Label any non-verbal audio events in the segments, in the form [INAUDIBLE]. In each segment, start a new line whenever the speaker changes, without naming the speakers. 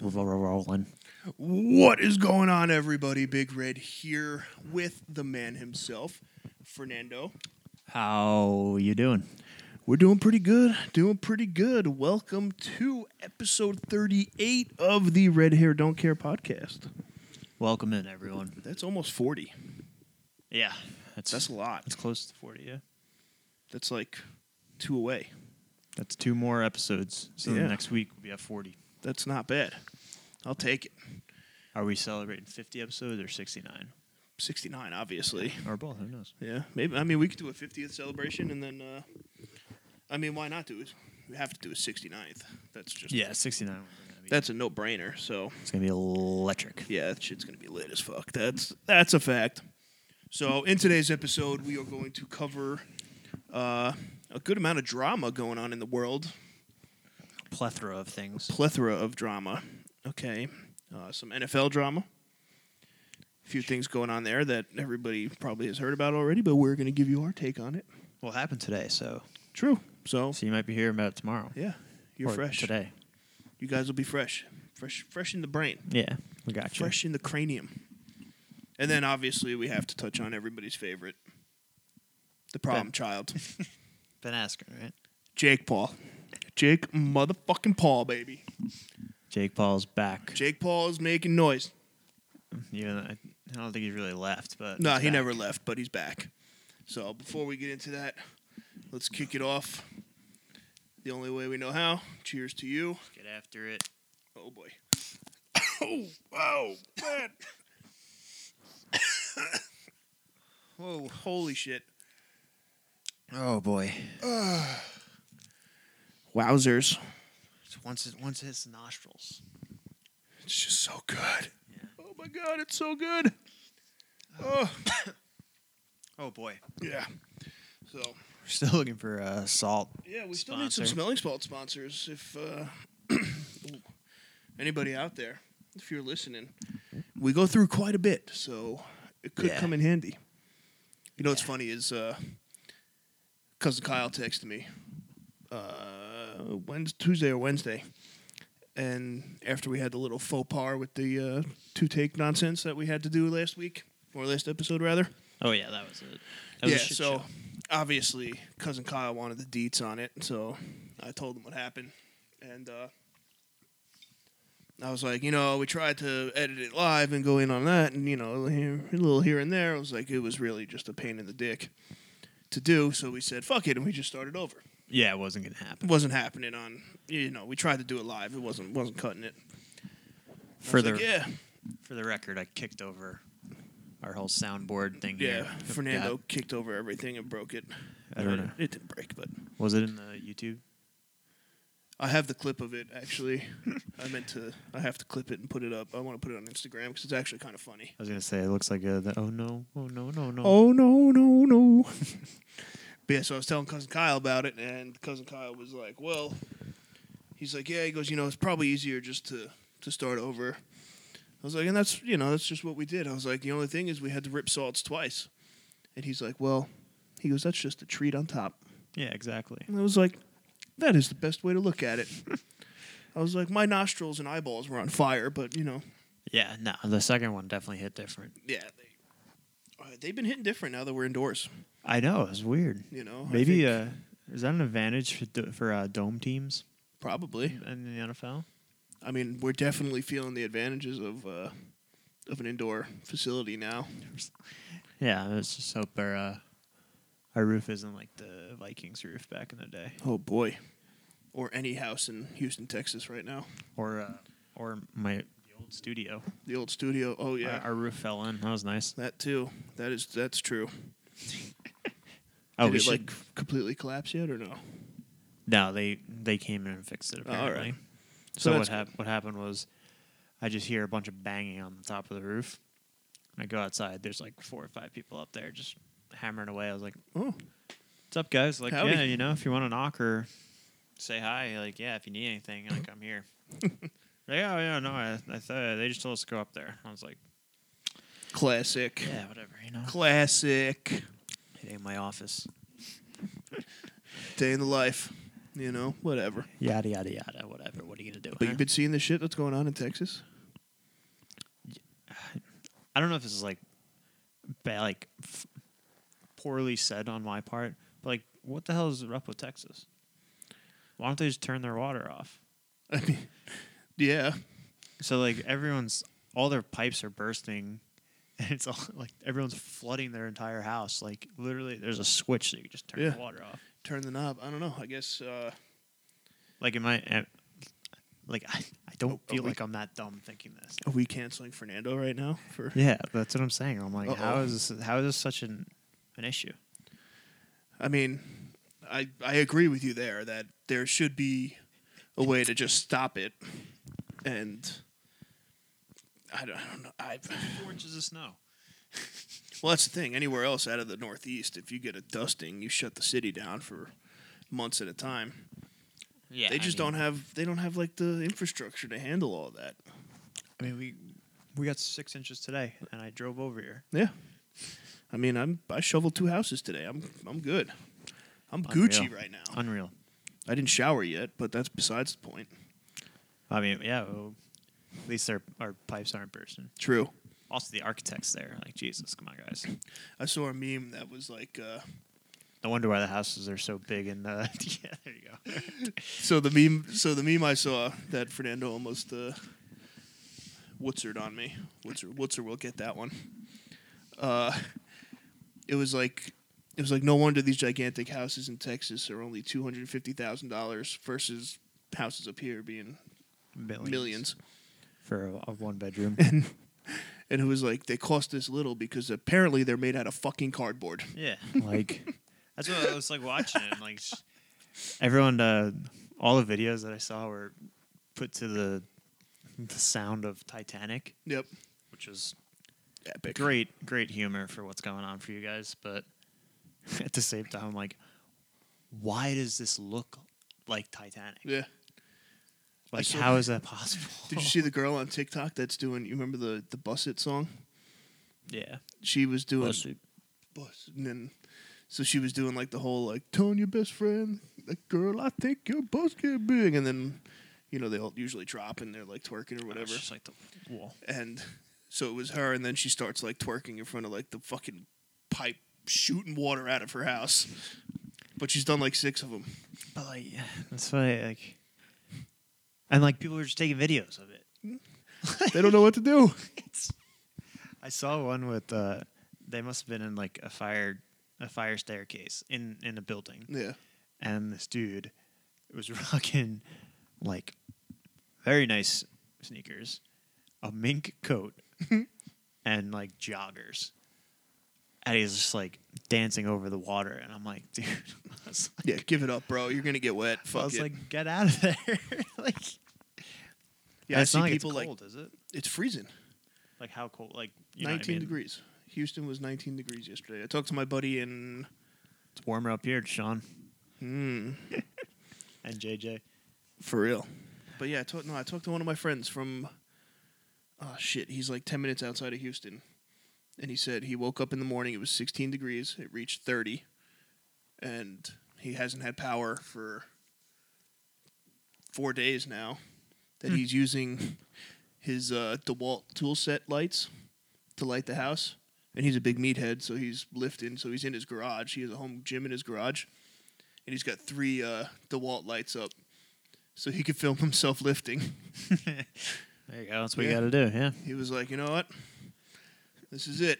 rolling.
What is going on, everybody? Big Red here with the man himself, Fernando.
How you doing?
We're doing pretty good. Doing pretty good. Welcome to episode 38 of the Red Hair Don't Care podcast.
Welcome in, everyone.
That's almost 40.
Yeah, that's
That's a lot.
that's close to forty. Yeah,
That's like two away.
that's two more episodes. So
Yeah.
the next week we'll be at forty.
That's not bad. I'll take it.
Are we celebrating fifty episodes or sixty-nine
69, obviously.
or both? Who knows?
Yeah, maybe. I mean, we could do a 50th celebration and then, uh, I mean, why not do it? We have to do a 69th. That's just,
Yeah, sixty-nine. We're gonna be-
that's a no brainer. So,
it's gonna be electric.
yeah, that shit's gonna be lit as fuck. That's that's a fact. So in today's episode, we are going to cover uh, a good amount of drama going on in the world,
Plethora of things.
plethora of drama. Okay, uh, some NFL drama. A few things going on there that everybody probably has heard about already, but we're going to give you our take on it.
Well, it happened today, so
True. So
so you might be hearing about it tomorrow.
yeah, you're
Or
fresh.
today.
You guys will be fresh, fresh, fresh in the brain.
Yeah, we got you.
fresh in the cranium. And then obviously we have to touch on everybody's favorite, the problem child,
Ben Askren, right?
Jake Paul. Jake motherfucking Paul, baby.
Jake Paul's back.
Jake Paul is making noise.
Even though I I don't think he's really left, but
No,
he's
he
back.
never left, but he's back. So before we get into that, let's kick it off. The only way we know how. Cheers to you.
Get after it.
Oh boy. [COUGHS] oh wow, man. Whoa! Holy shit.
Oh boy.
Wowzers.
It's once it once it hits the nostrils.
It's just so good. Oh my god, it's so good. Oh
Oh boy.
yeah. So
We're still looking for uh, salt.
yeah, we still need some
Sponsor.
smelling salt sponsors. If uh, [CLEARS THROAT] ooh, anybody out there, if you're listening, we go through quite a bit, so it could
Yeah.
come in handy. You know what's funny is uh, cousin Kyle texted me uh, Wednesday, Tuesday or Wednesday, and after we had the little faux pas with the uh, two take nonsense that we had to do last week or last episode rather.
Oh yeah, that was it.
yeah, so obviously cousin Kyle wanted the deets on it, so I told him what happened, and uh, I was like, you know, we tried to edit it live and go in on that, and you know, here- a little here and there. I was like, it was really just a pain in the dick to do, so we said, fuck it, and we just started over.
yeah, it wasn't gonna
It
happen.
wasn't happening on, you know, we tried to do it live, it wasn't wasn't cutting it. I was
For the
like, yeah,
for the record, I kicked over our whole soundboard thing.
yeah.
here.
Fernando kicked over everything and broke it.
I don't know.
It didn't break, but.
God. Was it in the YouTube?
I have the clip of it actually. [LAUGHS] I meant to. I have to clip it and put it up. I want to put it on Instagram because it's actually kind of funny.
I was gonna say it looks like a. The, oh no! Oh no! No no!
Oh no no no! [LAUGHS] but yeah, so I was telling cousin Kyle about it, and cousin Kyle was like, "Well," he's like, "Yeah," he goes, "You know, it's probably easier just to to start over." I was like, "And that's you know that's just what we did." I was like, "The only thing is we had to rip salts twice," and he's like, "Well," he goes, "That's just a treat on top."
Yeah, exactly.
And I was like, that is the best way to look at it. [LAUGHS] I was like, my nostrils and eyeballs were on fire, but you know,
Yeah, no, the second one definitely hit different.
yeah, they, uh, they've been hitting different now that we're indoors.
I know it was weird.
You know, Oh, I
Maybe
think-
uh, is that an advantage for, do- for uh, dome teams
probably.
in the NFL?
I mean, we're definitely feeling the advantages of uh, of an indoor facility now.
Yeah, let's just hope our uh, our roof isn't like the Vikings roof back in the day,
Oh boy, or any house in Houston, Texas, right now.
or uh, or my the old studio.
The old studio. Oh yeah,
our, our roof fell in. That was nice.
that too. That is that's true.
Oh,
Did
we
it
should,
like completely collapse yet or no?
no, they they came in and fixed it
Oh, all right.
apparently.
So
So,
that's
what hap- what happened was, I just hear a bunch of banging on the top of the roof. And I go outside. There's like four or five people up there just hammering away. I was like,
Oh,
"What's up, guys?" Like,
Howdy.
yeah, you know, if you want to knock or say hi, like, yeah, if you need anything, like, I'm [LAUGHS] here. like, oh yeah, no, I, I thought they just told us to go up there. I was like,
classic.
yeah, whatever, you know.
Classic.
It ain't my office.
Day in the life. You know, whatever.
Yada yada yada. Whatever. What are you gonna do?
But
huh?
you've been seeing the shit that's going on in Texas. [LAUGHS]
I don't know if this is like, ba- like, f- poorly said on my part, but like, what the hell is up with Texas? Why don't they just turn their water off?
I mean, yeah,
So like everyone's all their pipes are bursting, [LAUGHS] and it's all like everyone's flooding their entire house. Like literally, there's a switch that you just turn
Yeah.
the water off.
turn the knob. I don't know. I guess uh,
Like in my, uh, like I, I don't
Oh, oh,
feel
we-
like I'm that dumb thinking this.
are we canceling Fernando right now for
Yeah, that's what I'm saying. I'm like, how
Uh-oh.
is this, how is this such an an issue?
I mean, I I agree with you there that there should be a way to just stop it, and I don't, I don't know. I
Four inches of snow.
well, that's the thing. Anywhere else out of the Northeast, if you get a dusting, you shut the city down for months at a time.
Yeah,
they just don't have they don't have like the infrastructure to handle all that.
I mean, we we got six inches today, and I drove over here.
Yeah, I mean, I'm I shoveled two houses today. I'm I'm good. I'm
Unreal.
Gucci right now.
Unreal.
I didn't shower yet, but that's besides the point.
I mean, yeah. Well, at least our our pipes aren't bursting.
True.
Also, the architects there, like Jesus, come on, guys.
I saw a meme that was like, uh,
No wonder why the houses are so big. And uh, [LAUGHS] yeah, there you go.
so the meme, so the meme I saw that Fernando almost uh, Wootzered on me. Wootzer, Wootzer will get that one. Uh, it was like, it was like no wonder these gigantic houses in Texas are only two hundred fifty thousand dollars versus houses up here being
Millions,
millions.
for a, a one bedroom.
[LAUGHS] And and it was like they cost this little because apparently they're made out of fucking cardboard. [LAUGHS]
yeah, like that's what I was like watching. It, and, like s- everyone, uh, all the videos that I saw were put to the the sound of Titanic,
Yep.
which was
Epic.
great, great humor for what's going on for you guys. But [LAUGHS] at the same time, I'm like, why does this look like Titanic?
Yeah.
Like,
saw-
how is that possible?
[LAUGHS] Did you see the girl on TikTok that's doing? You remember the the Busset song?
[LAUGHS] Yeah.
She was doing
Bless you.
Bus- and then so she was doing like the whole like Tone your best friend, like girl I think your bus can big, and then you know they all usually drop and they're like twerking or whatever,
It's just like the wall.
and so it was her, and then she starts like twerking in front of like the fucking pipe shooting water out of her house, but she's done like six of them.
But like, [SIGHS] yeah, that's why like, and like people were just taking videos of it. [LAUGHS]
they don't know what to do.
It's- I saw one with uh, they must have been in like a fire, a fire staircase in in a building,
Yeah,
and this dude was [LAUGHS] rocking like very nice sneakers, a mink [LAUGHS] coat, and like joggers. And he's just like dancing over the water, and I'm like, [LAUGHS] dude, I was
[LAUGHS]
like,
yeah, give it up, bro. You're gonna get wet.
I
Fuck
was
it.
like, get out of there! [LAUGHS] like,
yeah, I
it's
see
not like
people
it's
like
cold, is it?
it's freezing.
Like how cold? Like you know what I
19
mean?
degrees. Houston was 19 degrees yesterday. I talked to my buddy in.
It's warmer up here, Sean
Mm,
and
[LAUGHS]
JJ.
for real. But yeah, I talked. No, I talked to one of my friends from. Oh shit! He's like 10 minutes outside of Houston, and he said he woke up in the morning. It was 16 degrees. It reached 30, and he hasn't had power for four days now. That he's using his uh, DeWalt tool set lights to light the house. And he's a big meathead, so he's lifting. So he's in his garage. He has a home gym in his garage, and he's got three uh, DeWalt lights up, so he could film himself lifting.
There you go. That's what
Yeah.
you got to do.
[LAUGHS]
Yeah.
He was like, you know what, this is it.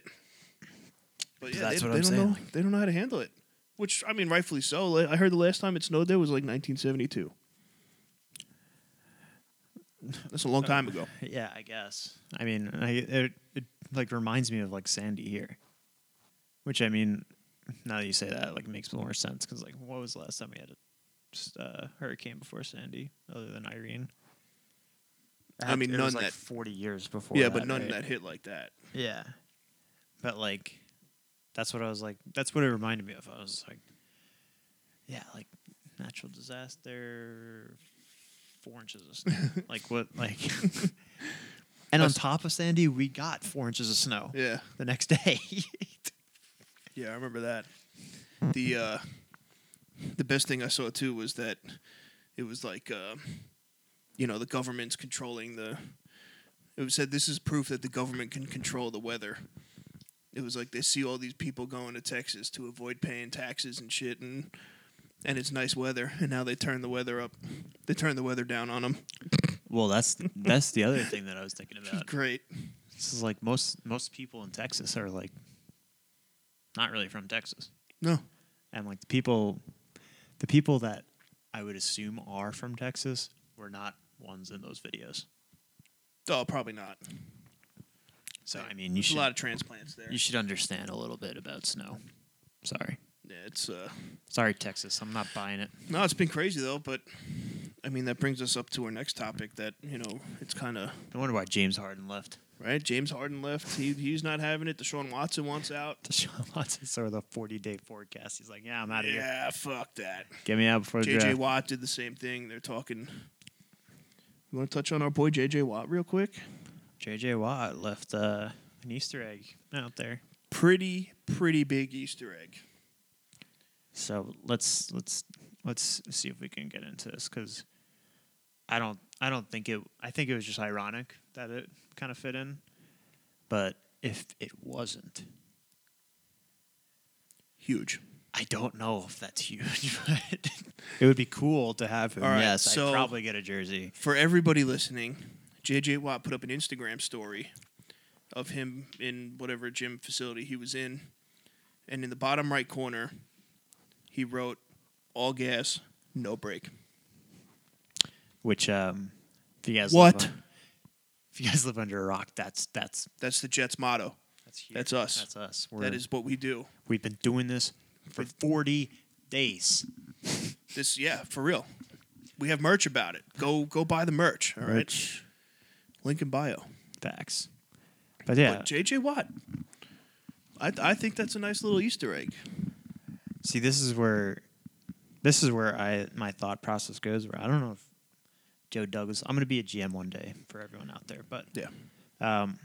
But
But
yeah,
that's
they,
what
they
I'm
don't
saying,
know. They don't know how to handle it. Which I mean, rightfully so. Like, I heard the last time it snowed there was like 1972. That's a long time ago.
Yeah, I guess. I mean, I, it, it like reminds me of like Sandy here, which I mean, now that you say that, like makes more sense because like, what was the last time we had a just, uh, hurricane before Sandy, other than Irene?
I mean,
it
none
was, like
that-
forty years before.
Yeah, but none
right?
of that hit like that.
Yeah, but like, that's what I was like. That's what it reminded me of. I was like, yeah, like natural disaster, four inches of [LAUGHS] snow. like what? [LAUGHS] Like, and on
That's-
top of Sandy, we got four inches of snow
Yeah.
the next day. [LAUGHS]
Yeah, I remember that. The uh the best thing I saw too was that it was like, uh, you know, the government's controlling the. It was said this is proof that the government can control the weather. It was like they see all these people going to Texas to avoid paying taxes and shit, and and it's nice weather, and now they turn the weather up, they turn the weather down on them.
Well, that's that's the other thing that I was thinking [LAUGHS] about.
[LAUGHS] Great.
This is like most most people in Texas are like not really from Texas,
No.
and like the people, the people that I would assume are from Texas were not ones in those videos.
Oh, probably not.
So
Right.
I mean, you
There's
should
a lot of transplants there.
you should understand a little bit about snow. Sorry,
yeah, it's uh,
sorry Texas, I'm not buying it.
no, it's been crazy though. But I mean, that brings us up to our next topic. That you know, it's kind of
No wonder why James Harden [LAUGHS] left.
right. James Harden left. He he's not having it. Deshaun Watson wants out.
Deshaun Watson saw the 40 day forecast. He's like, yeah, I'm out of here.
Yeah, fuck that.
Get me out before the
JJ
draft.
Watt did the same thing. They're talking. You want to touch on our boy JJ Watt real quick?
JJ Watt left uh, an Easter egg out there.
Pretty pretty big Easter egg.
So let's let's let's see if we can get into this because I don't I don't think it I think it was just ironic that it kind of fit in, but if it wasn't,
Huge.
I don't know if that's huge. [LAUGHS] But it would be cool to have him.
All right,
yes,
so-
I'd probably get a jersey.
For everybody listening, JJ Watt put up an Instagram story of him in whatever gym facility he was in. And in the bottom right corner, he wrote, All gas, no brake.
Which um, if you guys
What?
live on- if you guys live under a rock, that's that's
That's the Jets' motto.
that's huge.
That's us.
That's us. We're,
That is what we do.
We've been doing this for 40 days.
This, yeah, for real. We have merch about it. Go go buy the merch. All right.
Merch.
Link in bio.
Facts. But yeah,
But JJ Watt. I, I think that's a nice little Easter egg.
see, this is where, this is where I my thought process goes. Where I don't know if Joe Douglas. I'm going to be a GM one day for everyone out there. But
Yeah.
um,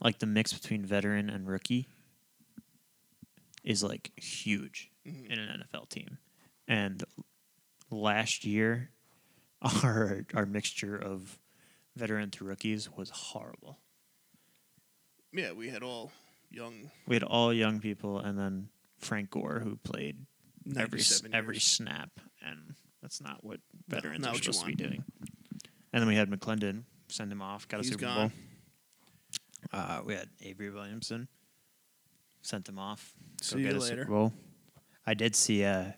like the mix between veteran and rookie is like huge
Mhm.
in an NFL team. And last year, [LAUGHS] our our mixture of veteran to rookies was horrible.
Yeah, we had all young
We had all young people, and then Frank Gore, who played every s-
97
every
years.
snap, and that's not what veterans
not
are
what you
supposed to be doing. And then we had McClendon send him off, got a
He's
Super
gone.
Bowl. Uh, we had Avery Williamson, sent him off. go
See you
get a
later.
Super Bowl. I did see uh,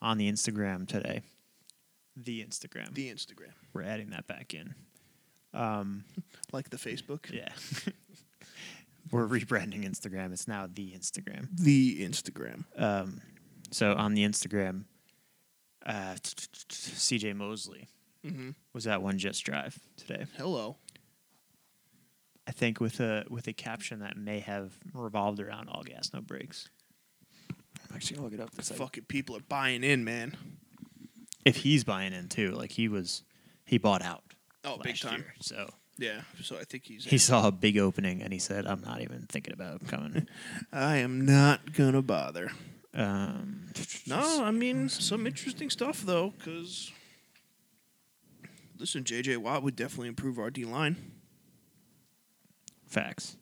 on the Instagram today. The Instagram.
The Instagram.
We're adding that back in. Um,
Like the Facebook?
yeah. [LAUGHS] We're rebranding Instagram. It's now the Instagram.
The Instagram.
Um, so on the Instagram, uh, t- t- t- CJ Mosley
Mm-hmm.
was at one Jets drive today.
Hello.
I think with a with a caption that may have revolved around all gas, no brakes. I'm actually gonna look it up. It's like-
Fucking people are buying in, man.
if he's buying in too, like he was, he bought out.
Oh, big
last
time.
year, so
Yeah. So I think he's.
he saw a big opening and he said, "I'm not even thinking about [LAUGHS] coming."
I am not gonna bother.
um,
No, I mean some interesting stuff though, because listen, JJ Watt would definitely improve our D line.
facts.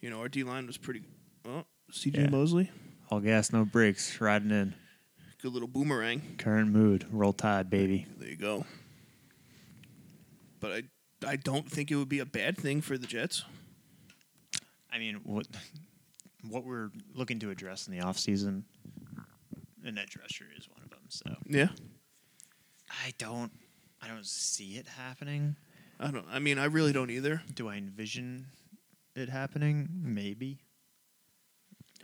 You know, our D line was pretty. Oh, CJ
Yeah.
Mosley,
All gas, no brakes. Riding in
good little boomerang.
current mood. Roll tide, baby.
There you go. But I, I don't think it would be a bad thing for the Jets.
I mean, what what we're looking to address in the offseason, an edge rusher is one of them. So
Yeah.
I don't, I don't see it happening.
I don't. I mean, I really don't either.
Do I envision it happening? Maybe.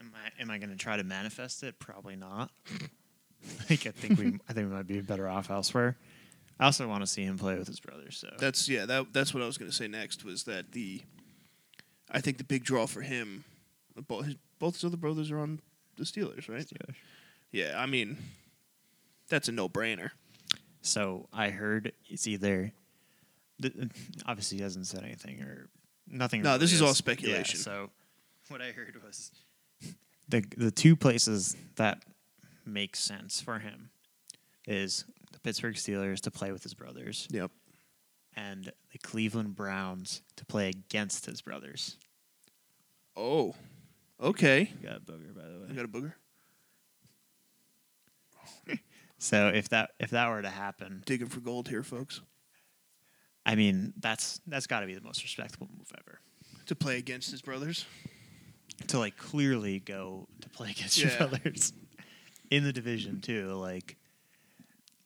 Am I am I going to try to manifest it? Probably not. [LAUGHS] like I think we, I think we might be better off elsewhere. I also want to see him play with his brother. So
That's yeah. That that's what I was going to say next was that the, I think the big draw for him, both his, both his other brothers are on the Steelers, right?
Steelers.
Yeah, I mean, that's a no brainer.
So I heard it's either. th- [LAUGHS] Obviously, he hasn't said anything or nothing.
No, this
really
is all
yeah,
speculation.
[LAUGHS] so what I heard was the the two places that makes sense for him is the Pittsburgh Steelers to play with his brothers
Yep.
and the Cleveland Browns to play against his brothers.
Oh. Okay.
You got a booger, by the way.
I got a booger.
So if that if that were to happen,
Digging for gold here, folks.
I mean that's that's got to be the most respectable move ever.
To play against his brothers.
To like clearly go to play against
Yeah.
your brothers in the division too, like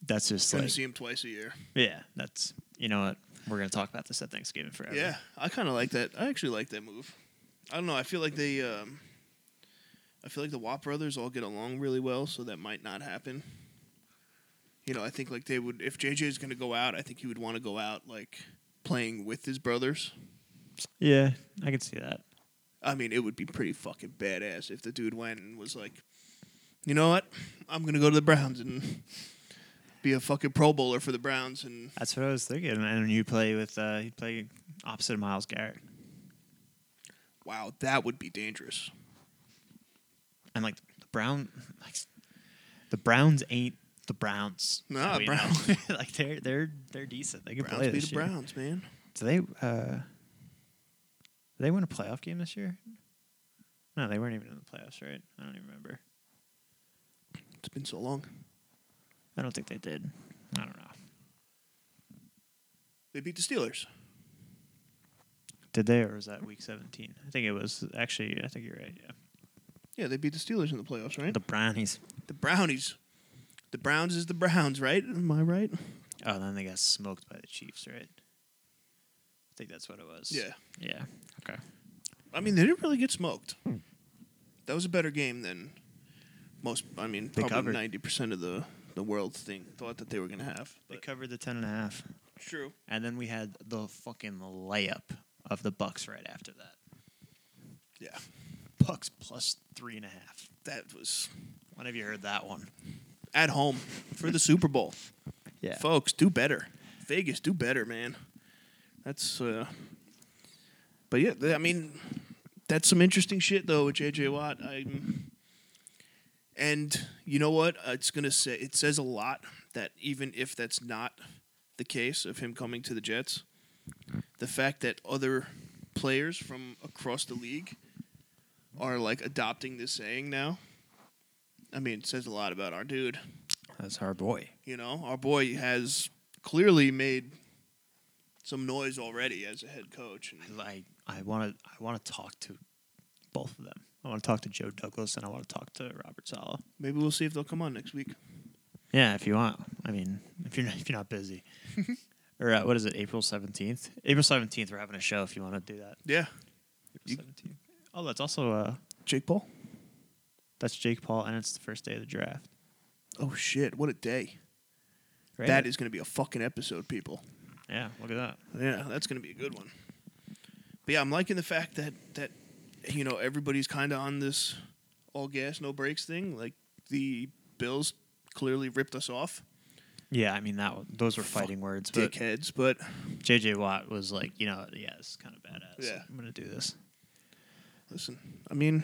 that's just
Going
like
to see him twice a year.
yeah, that's you know what we're gonna talk about this at Thanksgiving forever.
Yeah, I kind of like that. I actually like that move. I don't know. I feel like they, um, I feel like the Watt brothers all get along really well, so that might not happen. You know, I think like they would. If JJ is going to go out, I think he would want to go out like playing with his brothers.
yeah, I can see that.
I mean, it would be pretty fucking badass if the dude went and was like, you know what, I'm going to go to the Browns and be a fucking Pro Bowler for the Browns and
That's what I was thinking. And you play with uh, you play opposite of Miles Garrett,
wow, that would be dangerous.
and like the Brown, like the Browns ain't the Browns.
Nah,
So, you know,
Brown-
[LAUGHS] like they're they're they're decent. They can
Browns
play
be
this
the
year.
Browns, man.
Do they uh, do they win a playoff game this year? No, they weren't even in the playoffs, right? I don't even remember.
It's been so long.
I don't think they did. I don't know.
They beat the Steelers.
Did they, or was that week seventeen? I think it was actually. I think you're right. Yeah, Hmm?
Yeah, they beat the Steelers in the playoffs, right?
the
The,
Brownies.
Brownies. The Browns is the Browns, right? Am I right?
Oh, and then they got smoked by the Chiefs, right? I think that's what it was.
Yeah.
Yeah. Okay.
I mean, they didn't really get smoked. That was a better game than most. I mean,
They
probably
covered.
ninety percent of the the world thing thought that they were going to have.
They
But
covered the ten and a half,
true.
and then we had the fucking layup of the Bucks right after that.
Yeah,
Bucks plus three and a half.
that was
When have you heard that one?
at home for the Super Bowl.
Yeah.
Folks, do better. Vegas, do better, man. That's uh But yeah, th- I mean that's some interesting shit though with JJ Watt. I'm and you know what? Uh, It's gonna say it says a lot that even if that's not the case of him coming to the Jets, the fact that other players from across the league are like adopting this saying now. I mean, it says a lot about our dude.
That's our boy.
You know, our boy has clearly made some noise already as a head coach. And
I I want to I want to talk to both of them. I want to talk to Joe Douglas and I want to talk to Robert Sala.
maybe we'll see if they'll come on next week.
Yeah, if you want. I mean, if you're not, if you're not busy. [LAUGHS] or uh, what is it? April seventeenth. April seventeenth. We're having a show. If you want to do that.
Yeah. You-
April seventeenth. Oh, that's also uh,
Jake Paul?
that's Jake Paul, and it's the first day of the draft.
Oh, shit. What a day.
Right?
That is going to be a fucking episode, people.
Yeah. Look at that.
Yeah, that's going to be a good one. But yeah, I'm liking the fact that, that you know, everybody's kind of on this all gas, no brakes thing. Like, the Bills clearly ripped us off,
Yeah, I mean that. wa- Those were fighting words, but
dickheads, but
JJ Watt was like, you know, yeah, this is kind of badass.
Yeah.
I'm gonna do this.
listen, I mean,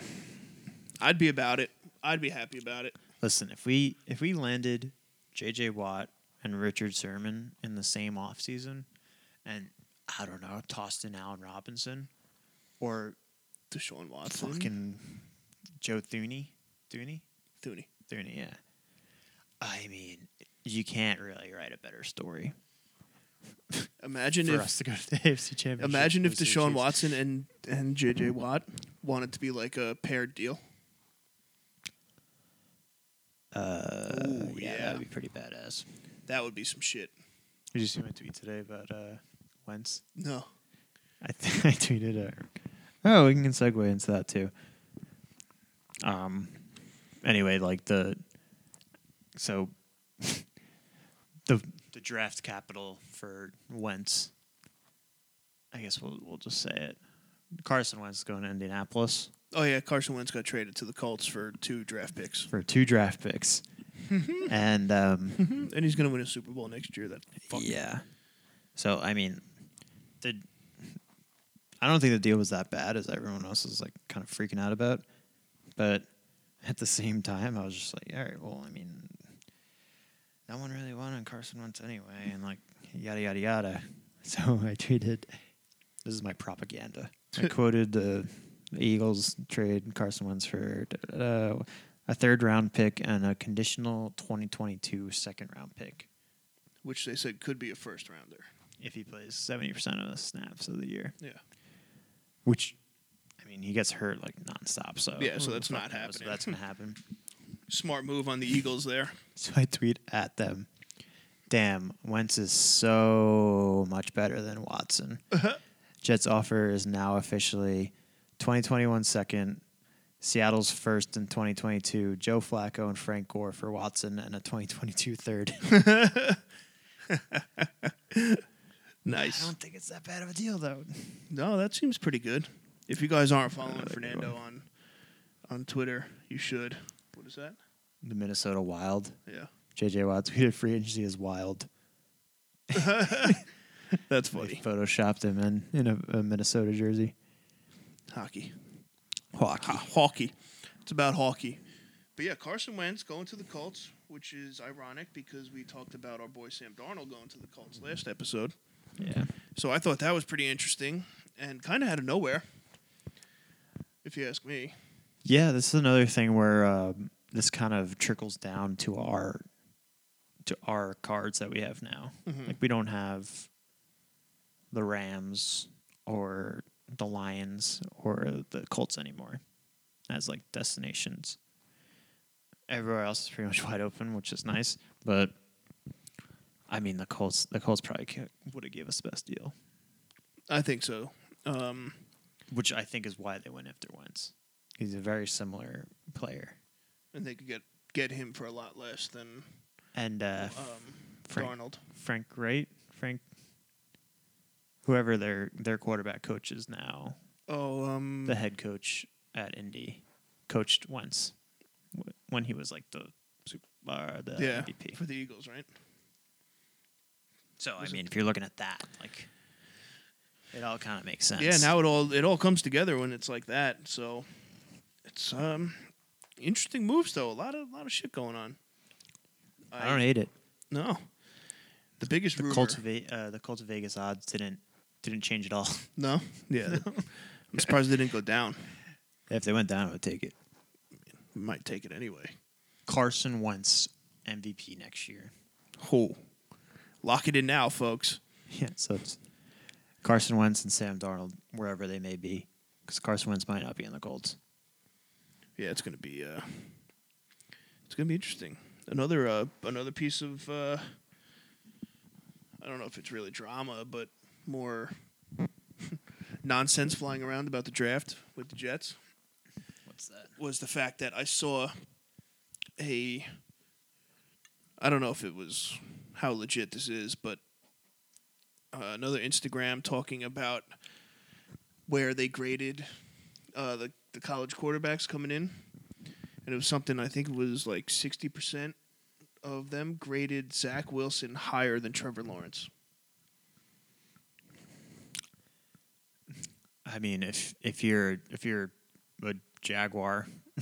I'd be about it. I'd be happy about it.
Listen, if we if we landed JJ Watt and Richard Sherman in the same offseason and I don't know, tossed in Allen Robinson or
Deshaun Watson.
fucking Joe Thuney. Thuney?
Thuney.
Thuney, yeah. I mean, you can't really write a better story
Imagine
for
if
us to go to the [LAUGHS] AFC Championship.
imagine if
versus the
Deshaun
Chiefs.
Watson and and JJ Watt wanted to be like a paired deal.
Uh,
Ooh,
yeah,
yeah.
that'd be pretty badass.
That would be some shit.
Did you see my tweet today about uh, Wentz?
No.
I, th- [LAUGHS] I tweeted it. Oh, we can segue into that too. Um. Anyway, like the so [LAUGHS] the the draft capital for Wentz. I guess we'll we'll just say it. Carson Wentz is going to Indianapolis
Oh yeah, Carson Wentz got traded to the Colts for two draft picks,
for two draft picks, [LAUGHS] and um,
and he's gonna win a Super Bowl next year. That fuck.
Yeah. So I mean, the I don't think the deal was that bad as everyone else is like kind of freaking out about, but at the same time, I was just like, all right, well, I mean, no one really won, and Carson wants anyway, and like yada yada yada. [LAUGHS] So I tweeted, "This is my propaganda." I quoted the Eagles trade Carson Wentz for da, da, da, a third round pick and a conditional 2022 second round pick
which they said could be a first rounder.
if he plays 70% of the snaps of the year.
Yeah.
Which, I mean, he gets hurt like nonstop. So
Yeah, so
who the
that's not
fuck knows if
happening.
That's gonna happen.
Smart move on the Eagles there.
[LAUGHS] So I tweet at them. Damn, Wentz is so much better than
[LAUGHS]
Watson. Jets offer is now officially 2021 second, Seattle's first in 2022, Joe Flacco and Frank Gore for Watson, and a 2022 third. [LAUGHS] I
Nice.
don't think it's that bad of a deal, though.
No, that seems pretty good. If you guys aren't
Uh,
following
that'd be
Fernando on on Twitter, you should. What is that?
The Minnesota Wild.
Yeah.
JJ Watt tweeted free agency is wild.
That's
They
funny.
photoshopped him in, in a, a Minnesota jersey.
Hockey.
Hockey.
Ha- hockey. It's about hockey. But yeah, Carson Wentz going to the Colts, which is ironic because we talked about our boy Sam Darnold going to the Colts last episode.
Yeah.
So I thought that was pretty interesting and kind of out of nowhere, if you ask me.
Yeah, this is another thing where um, this kind of trickles down to our to our cards that we have now.
Mhm.
Like we don't have the Rams or the Lions or the Colts anymore as like destinations. Everywhere else is pretty much [LAUGHS] wide open, which is nice. But I mean, the Colts the Colts probably would have gave us the best deal,
I think so. Um,
which I think is why they went after Wentz. He's a very similar player.
and they could get get him for a lot less than
And uh,
um,
Frank-
Darnold.
Frank Wright, Frank, whoever their their quarterback coach is now,
Oh, um,
the head coach at Indy, coached once when he was like the super, uh, the
yeah,
MVP.
for the Eagles, right?
So I
Was
mean,
it-
if you're looking at that, like, it all kind of makes sense.
Yeah, now it all it all comes together when it's like that. So it's um interesting moves though. A lot of lot of shit going on.
I don't hate it.
No, the biggest
The
rumor.
Colts, Ve- uh, the Colts Vegas odds didn't didn't change at all. [LAUGHS]
[LAUGHS] no, yeah. I'm surprised they didn't go down.
if they went down, I would take it.
We might take it anyway.
Carson Wentz MVP next year.
Oh, lock it in now, folks.
[LAUGHS] Yeah, so it's Carson Wentz and Sam Darnold, wherever they may be, because Carson Wentz might not be in the Colts.
Yeah, it's gonna be uh, it's gonna be interesting. Another uh, another piece of uh, I don't know if it's really drama, but more [LAUGHS] nonsense flying around about the draft with the Jets
What's that?
was the fact that I saw a I don't know if it was how legit this is, but uh, another Instagram talking about where they graded uh, the the college quarterbacks coming in, and it was something I think it was like sixty percent of them graded Zach Wilson higher than Trevor Lawrence.
I mean, if if you're if you're a Jaguar, [LAUGHS]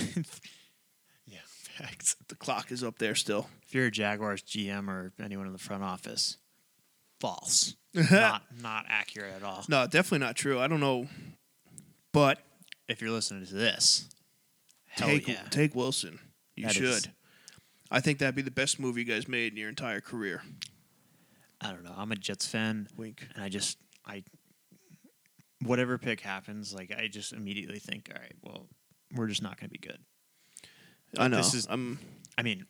yeah, facts.
The clock is up there still.
If you're a Jaguars GM or anyone in the front office,
[LAUGHS]
false, not not accurate at all.
No, definitely not true. I don't know, but
If you're listening to this, hell
take
yeah,
take Wilson. You
That
should.
is-
I think that'd be the best movie you guys made in your entire career.
I don't know. I'm a Jets fan.
Wink.
and I just I whatever pick happens, like I just immediately think, all right, well, we're just not going to be good.
I know.
This is-
I'm
I mean,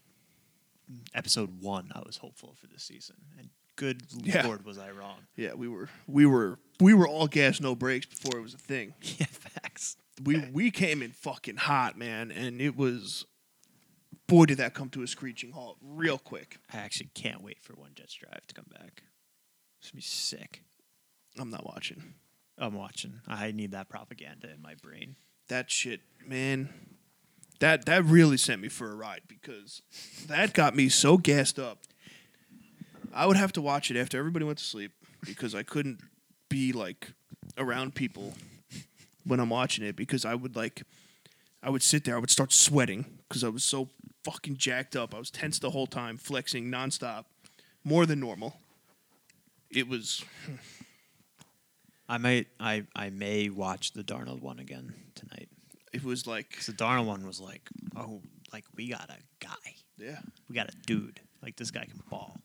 episode one, I was hopeful for this season, and good
Yeah.
lord, was
[LAUGHS]
I wrong?
yeah, we were we were we were all gas no brakes before it was a thing.
Yeah, facts.
We we came in fucking hot, man, and it was boy did that come to a screeching halt real quick.
I actually can't wait for one Jets drive to come back. It's gonna be sick.
I'm not watching.
I'm watching. I need that propaganda in my brain.
That shit, man. That that really sent me for a ride because that got me so gassed up. I would have to watch it after everybody went to sleep because I couldn't be like around people when I'm watching it because I would like I would sit there. I would start sweating because I was so fucking jacked up. I was tense the whole time, flexing nonstop, more than normal. It was
I might I I may watch the Darnold one again tonight
it was like
because the Darnold one was like oh like we got a guy
yeah,
we got a dude like this guy can ball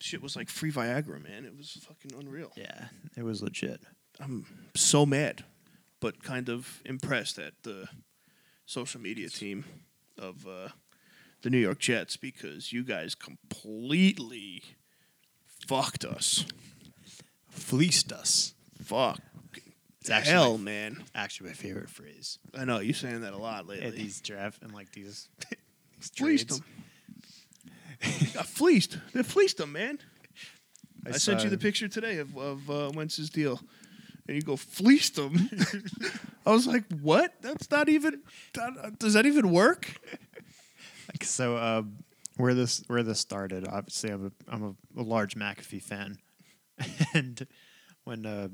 shit was like free Viagra, man. It was fucking unreal.
yeah it was legit
I'm so mad, but kind of impressed at the social media team of uh, the New York Jets because you guys completely fucked us.
fleeced us
Fuck.
It's actually-
Hell, man.
actually my favorite phrase
I know you're saying that a lot lately.
at these draft and like these, [LAUGHS] these
fleeced
trades.
them. I fleeced. They fleeced them, man. I, sent
saw
you the
it.
picture today of, of uh, Wentz's deal. And you go, fleeced them? [LAUGHS] I was like, what? That's not even, that- does that even work?
Like, [LAUGHS] So uh, where this where this started, obviously I'm a I'm a, a large McAfee fan, [LAUGHS] and when uh,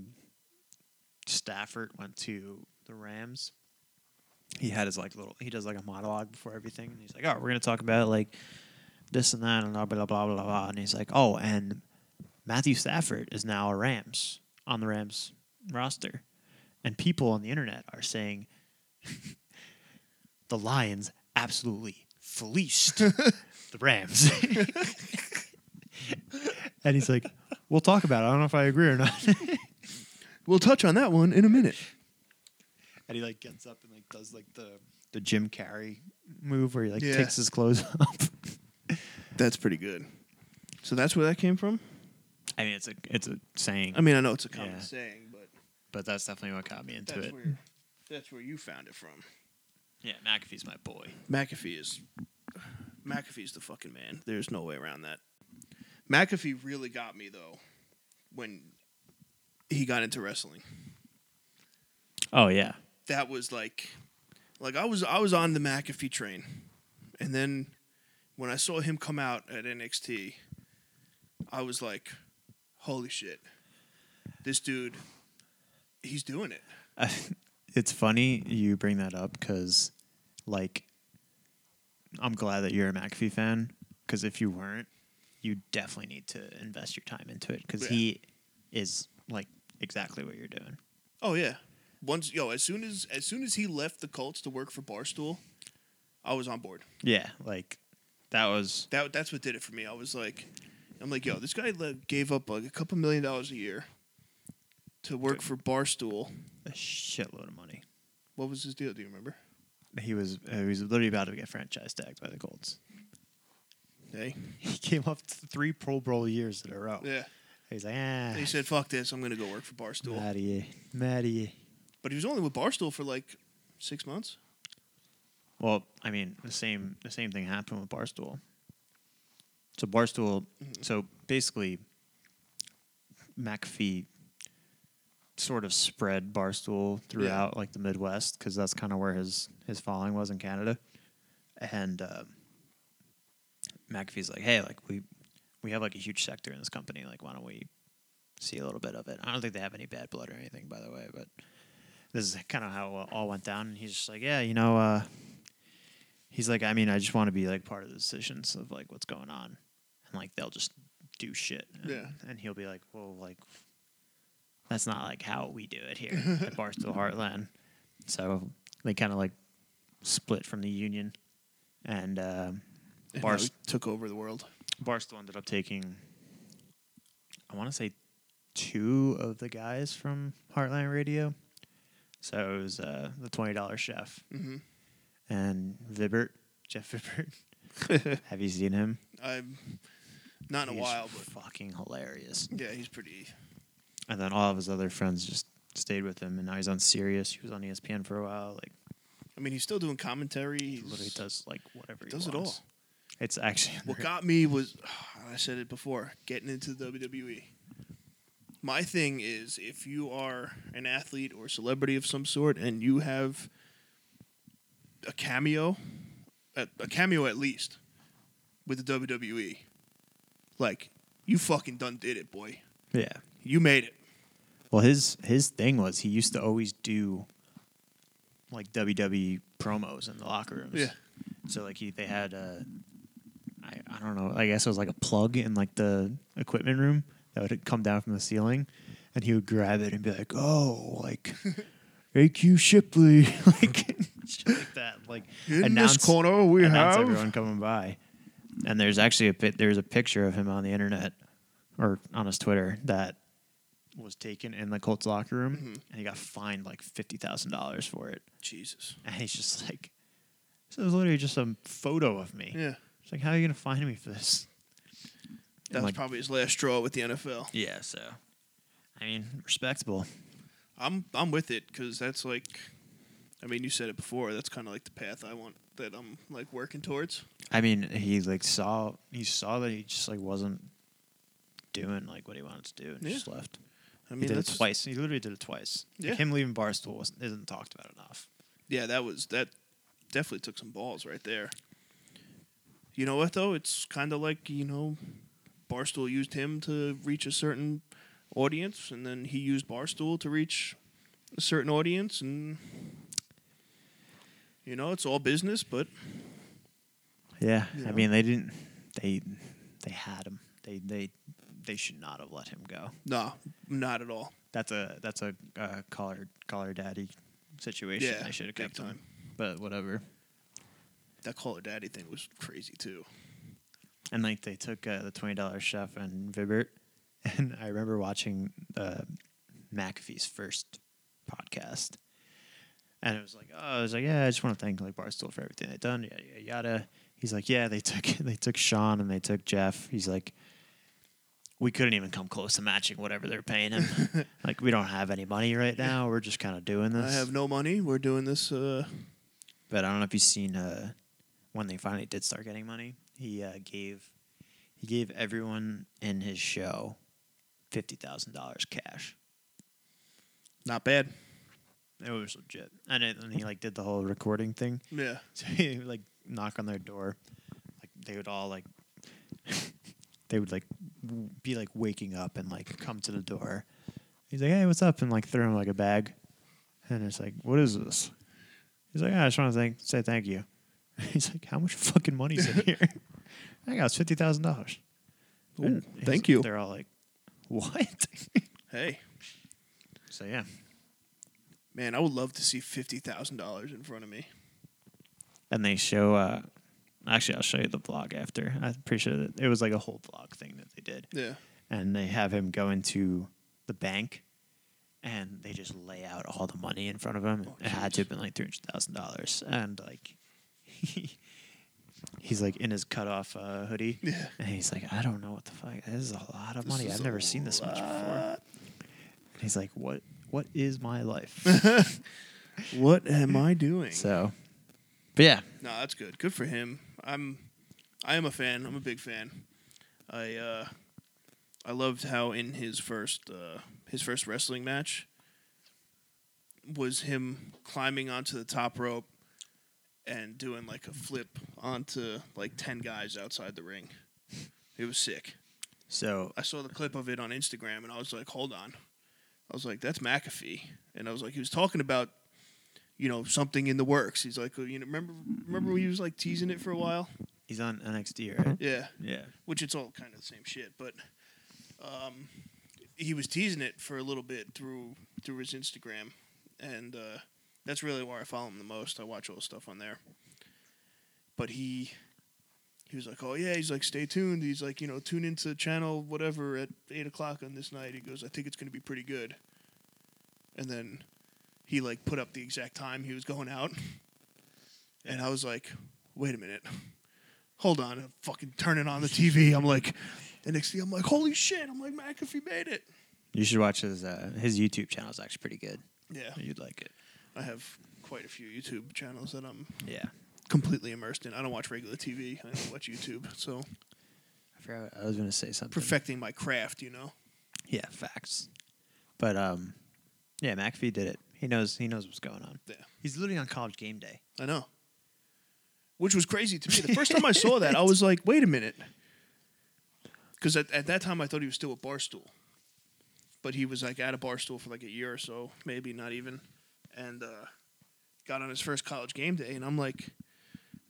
Stafford went to the Rams, he had his like little he does like a monologue before everything, and he's like, "Oh, we're gonna talk about like this and that and blah blah blah blah blah," and he's like, "Oh, and Matthew Stafford is now a Rams on the Rams roster, and people on the internet are saying." the Lions absolutely
[LAUGHS]
fleeced the Rams. and he's like, we'll talk about it. I don't know if I agree or not. [LAUGHS]
We'll touch on that one in a minute.
and he like gets up and like does like the the Jim Carrey move where he like
Yeah.
takes his clothes off.
That's pretty good. So that's where that came from?
I mean, it's a it's a saying,
I mean, I know it's a common
Yeah.
saying, but
but that's definitely what got me into
that's
it.
where, that's where you found it from.
Yeah, McAfee's my boy.
McAfee is McAfee's the fucking man. There's no way around that. McAfee really got me though when he got into wrestling.
Oh yeah,
That was like like I was I was on the McAfee train. And then when I saw him come out at NXT, I was like, holy shit. This dude he's doing it.
[LAUGHS] it's funny you bring that up because, like, I'm glad that you're a McAfee fan because if you weren't, you definitely need to invest your time into it because
Yeah.
he is like exactly what you're doing.
Oh yeah. Once yo, as soon as as soon as he left the Colts to work for Barstool, I was on board.
Yeah, like that was
that that's what did it for me. I was like, I'm like, yo, this guy like, gave up like a couple million dollars a year to work for Barstool.
a shitload of money.
What was his deal? Do you remember?
He was uh, he was literally about to get franchise tagged by the Colts. [LAUGHS]
Hey,
He came up to three Pro Bowl years in a row.
yeah.
He's like, ah,
And he said, "Fuck this, I'm gonna go work for Barstool."
mad at you, mad at you.
But he was only with Barstool for like six months.
Well, I mean, the same the same thing happened with Barstool. So Barstool, so basically, McAfee sort of spread Barstool throughout like the Midwest because that's kind of where his his following was in Canada, and uh, McAfee's like, hey, like we we have like a huge sector in this company, like why don't we see a little bit of it? I don't think they have any bad blood or anything, by the way, but this is kind of how it all went down. And he's just like, yeah, you know, uh, he's like, I mean, I just want to be like part of the decisions of like what's going on, and like they'll just do shit. And,
Yeah.
and he'll be like, well, like that's not like how we do it here at Barstool Heartland. So they kind of like split from the union, and um,
And
Barst-
now he took over the world.
Barstool ended up taking, I want to say, two of the guys from Heartland Radio. So it was uh, the twenty dollars chef
hmm
and Vibert, Jeff Vibert.
[LAUGHS]
Have you seen him?
I'm not in a
He's
while, but
fucking hilarious.
yeah, he's pretty.
And then all of his other friends just stayed with him, and now he's on Sirius. He was on E ESPN for a while. Like
I mean, he's still doing commentary.
he
He's,
literally does like whatever he
does it
wants.
all.
It's actually
What
unreal.
got me was [SIGHS] I said it before, getting into the WWE. My thing is if you are an athlete or celebrity of some sort and you have a cameo, a, a cameo at least with the WWE, like you fucking done did it, boy.
yeah.
You made it.
Well, his his thing was he used to always do like WWE promos in the locker rooms.
Yeah.
So like he, they had uh, I I don't know. I guess it was like a plug in like the equipment room that would come down from the ceiling, and he would grab it and be like, "Oh, like AQ Shipley, [LAUGHS] like shit like that." Like
In
announce,
this corner, we
announce
have
everyone coming by. And there's actually a bit, there's a picture of him on the internet or on his Twitter that was taken in the Colts locker room,
Mm-hmm.
and he got fined like fifty thousand dollars for it.
Jesus.
And he's just like, "So it was literally just a photo of me."
Yeah,
It's like, how are you gonna find me for this?
that was
like-
probably his last straw with the NFL.
Yeah, so I mean, respectable.
I'm I'm with it because that's like, I mean, you said it before. That's kind of like the path I want that I'm like working towards.
I mean, he like saw he saw that he just like wasn't doing like what he wanted to do and
Yeah.
just left.
I
he
mean,
did
that's
it twice. He literally did it twice.
Yeah.
Like him leaving Barstool wasn't isn't talked about enough.
Yeah, that was that. Definitely took some balls right there. You know what though? It's kind of like you know, Barstool used him to reach a certain audience, and then he used Barstool to reach a certain audience, and you know, it's all business, but
Yeah,
You
I
know?
mean, they didn't. They they had him. They they they should not have let him go.
nah, not at all.
That's a that's a uh, collar collar daddy situation.
Yeah,
they should have
big
kept him.
time.
But whatever.
That caller daddy thing was crazy too.
And like they took uh, the twenty dollars chef and Vibert, [LAUGHS] and I remember watching uh, McAfee's first podcast, and it was like, oh, I was like, yeah, I just want to thank like Barstool for everything they've done, yada yada yada. He's like, yeah, they took [LAUGHS] they took Sean and they took Jeff. He's like, we couldn't even come close to matching whatever they're
[LAUGHS]
paying him. like we don't have any money right now. We're just kind of doing this.
I have no money. We're doing this. Uh,
But I don't know if you've seen uh, when they finally did start getting money. He uh, gave he gave everyone in his show fifty thousand dollars cash.
not bad.
It was legit, and, it, and he like did the whole recording thing.
Yeah.
So [LAUGHS] he would, like knock on their door, like they would all like [LAUGHS] they would like w- be like waking up and like come to the door. He's like, "Hey, what's up?" and like throw him like a bag, and it's like, "What is this?" He's like, "Ah, "I just want to thank say thank you." [LAUGHS] He's like, "How much fucking money's [LAUGHS] in here?" I got fifty thousand dollars.
Ooh, thank you.
They're all like, "What?"
Hey,
[LAUGHS] so yeah,
man, I would love to see fifty thousand dollars in front of me.
and they show. uh Actually, I'll show you the vlog after. I'm pretty sure that it was like a whole vlog thing that they did.
Yeah.
and they have him go into the bank and they just lay out all the money in front of him.
Oh,
it had
jeez.
to have been like three hundred thousand dollars, and like [LAUGHS] he, he's like in his cutoff uh, hoodie,
Yeah.
and he's like, I don't know what the fuck. This is a lot of
This
money.
is
I've
a
never seen this much before.
lot.
And he's like, what? What is my
[LAUGHS]
life?
What am I doing?
so, but yeah,
No, that's good. Good for him. I'm I am a fan. I'm a big fan. I uh I loved how in his first uh his first wrestling match was him climbing onto the top rope and doing like a flip onto like 10 guys outside the ring. It was sick.
so
I saw the clip of it on Instagram and I was like, hold on. I was like, that's McAfee. And I was like, he was talking about, you know, something in the works. He's like, oh, you know, remember, remember when he was like teasing it for a while?
he's on NXT, right?
Yeah.
Yeah.
Which it's all kind of the same shit. But um, he was teasing it for a little bit through through his Instagram. And uh, that's really where I follow him the most. I watch all the stuff on there. But he he was like, "Oh yeah," he's like, "Stay tuned." He's like, "You know, tune into channel whatever at eight o'clock on this night." He goes, "I think it's going to be pretty good." And then he like put up the exact time he was going out, and I was like, "Wait a minute, hold on!" I'm fucking turning on the TV. I'm like, and next thing I'm like, "Holy shit!" I'm like, "McAfee made it."
You should watch his uh, his YouTube channel is actually pretty good.
Yeah,
You'd like it.
I have quite a few YouTube channels that I'm
Yeah.
completely immersed in. I don't watch regular TV. I don't watch YouTube. So
I forgot. What I was gonna say something.
perfecting my craft, you know.
Yeah, facts. But um, yeah, McAfee did it. He knows. He knows what's going on.
Yeah.
He's literally on College Game Day.
I know. Which was crazy to me. The first time I saw that, I was like, wait a minute. Because at, at that time, I thought he was still at Barstool. But he was like out of Barstool for like a year or so, maybe not even. And uh, got on his first college game day, and I'm like,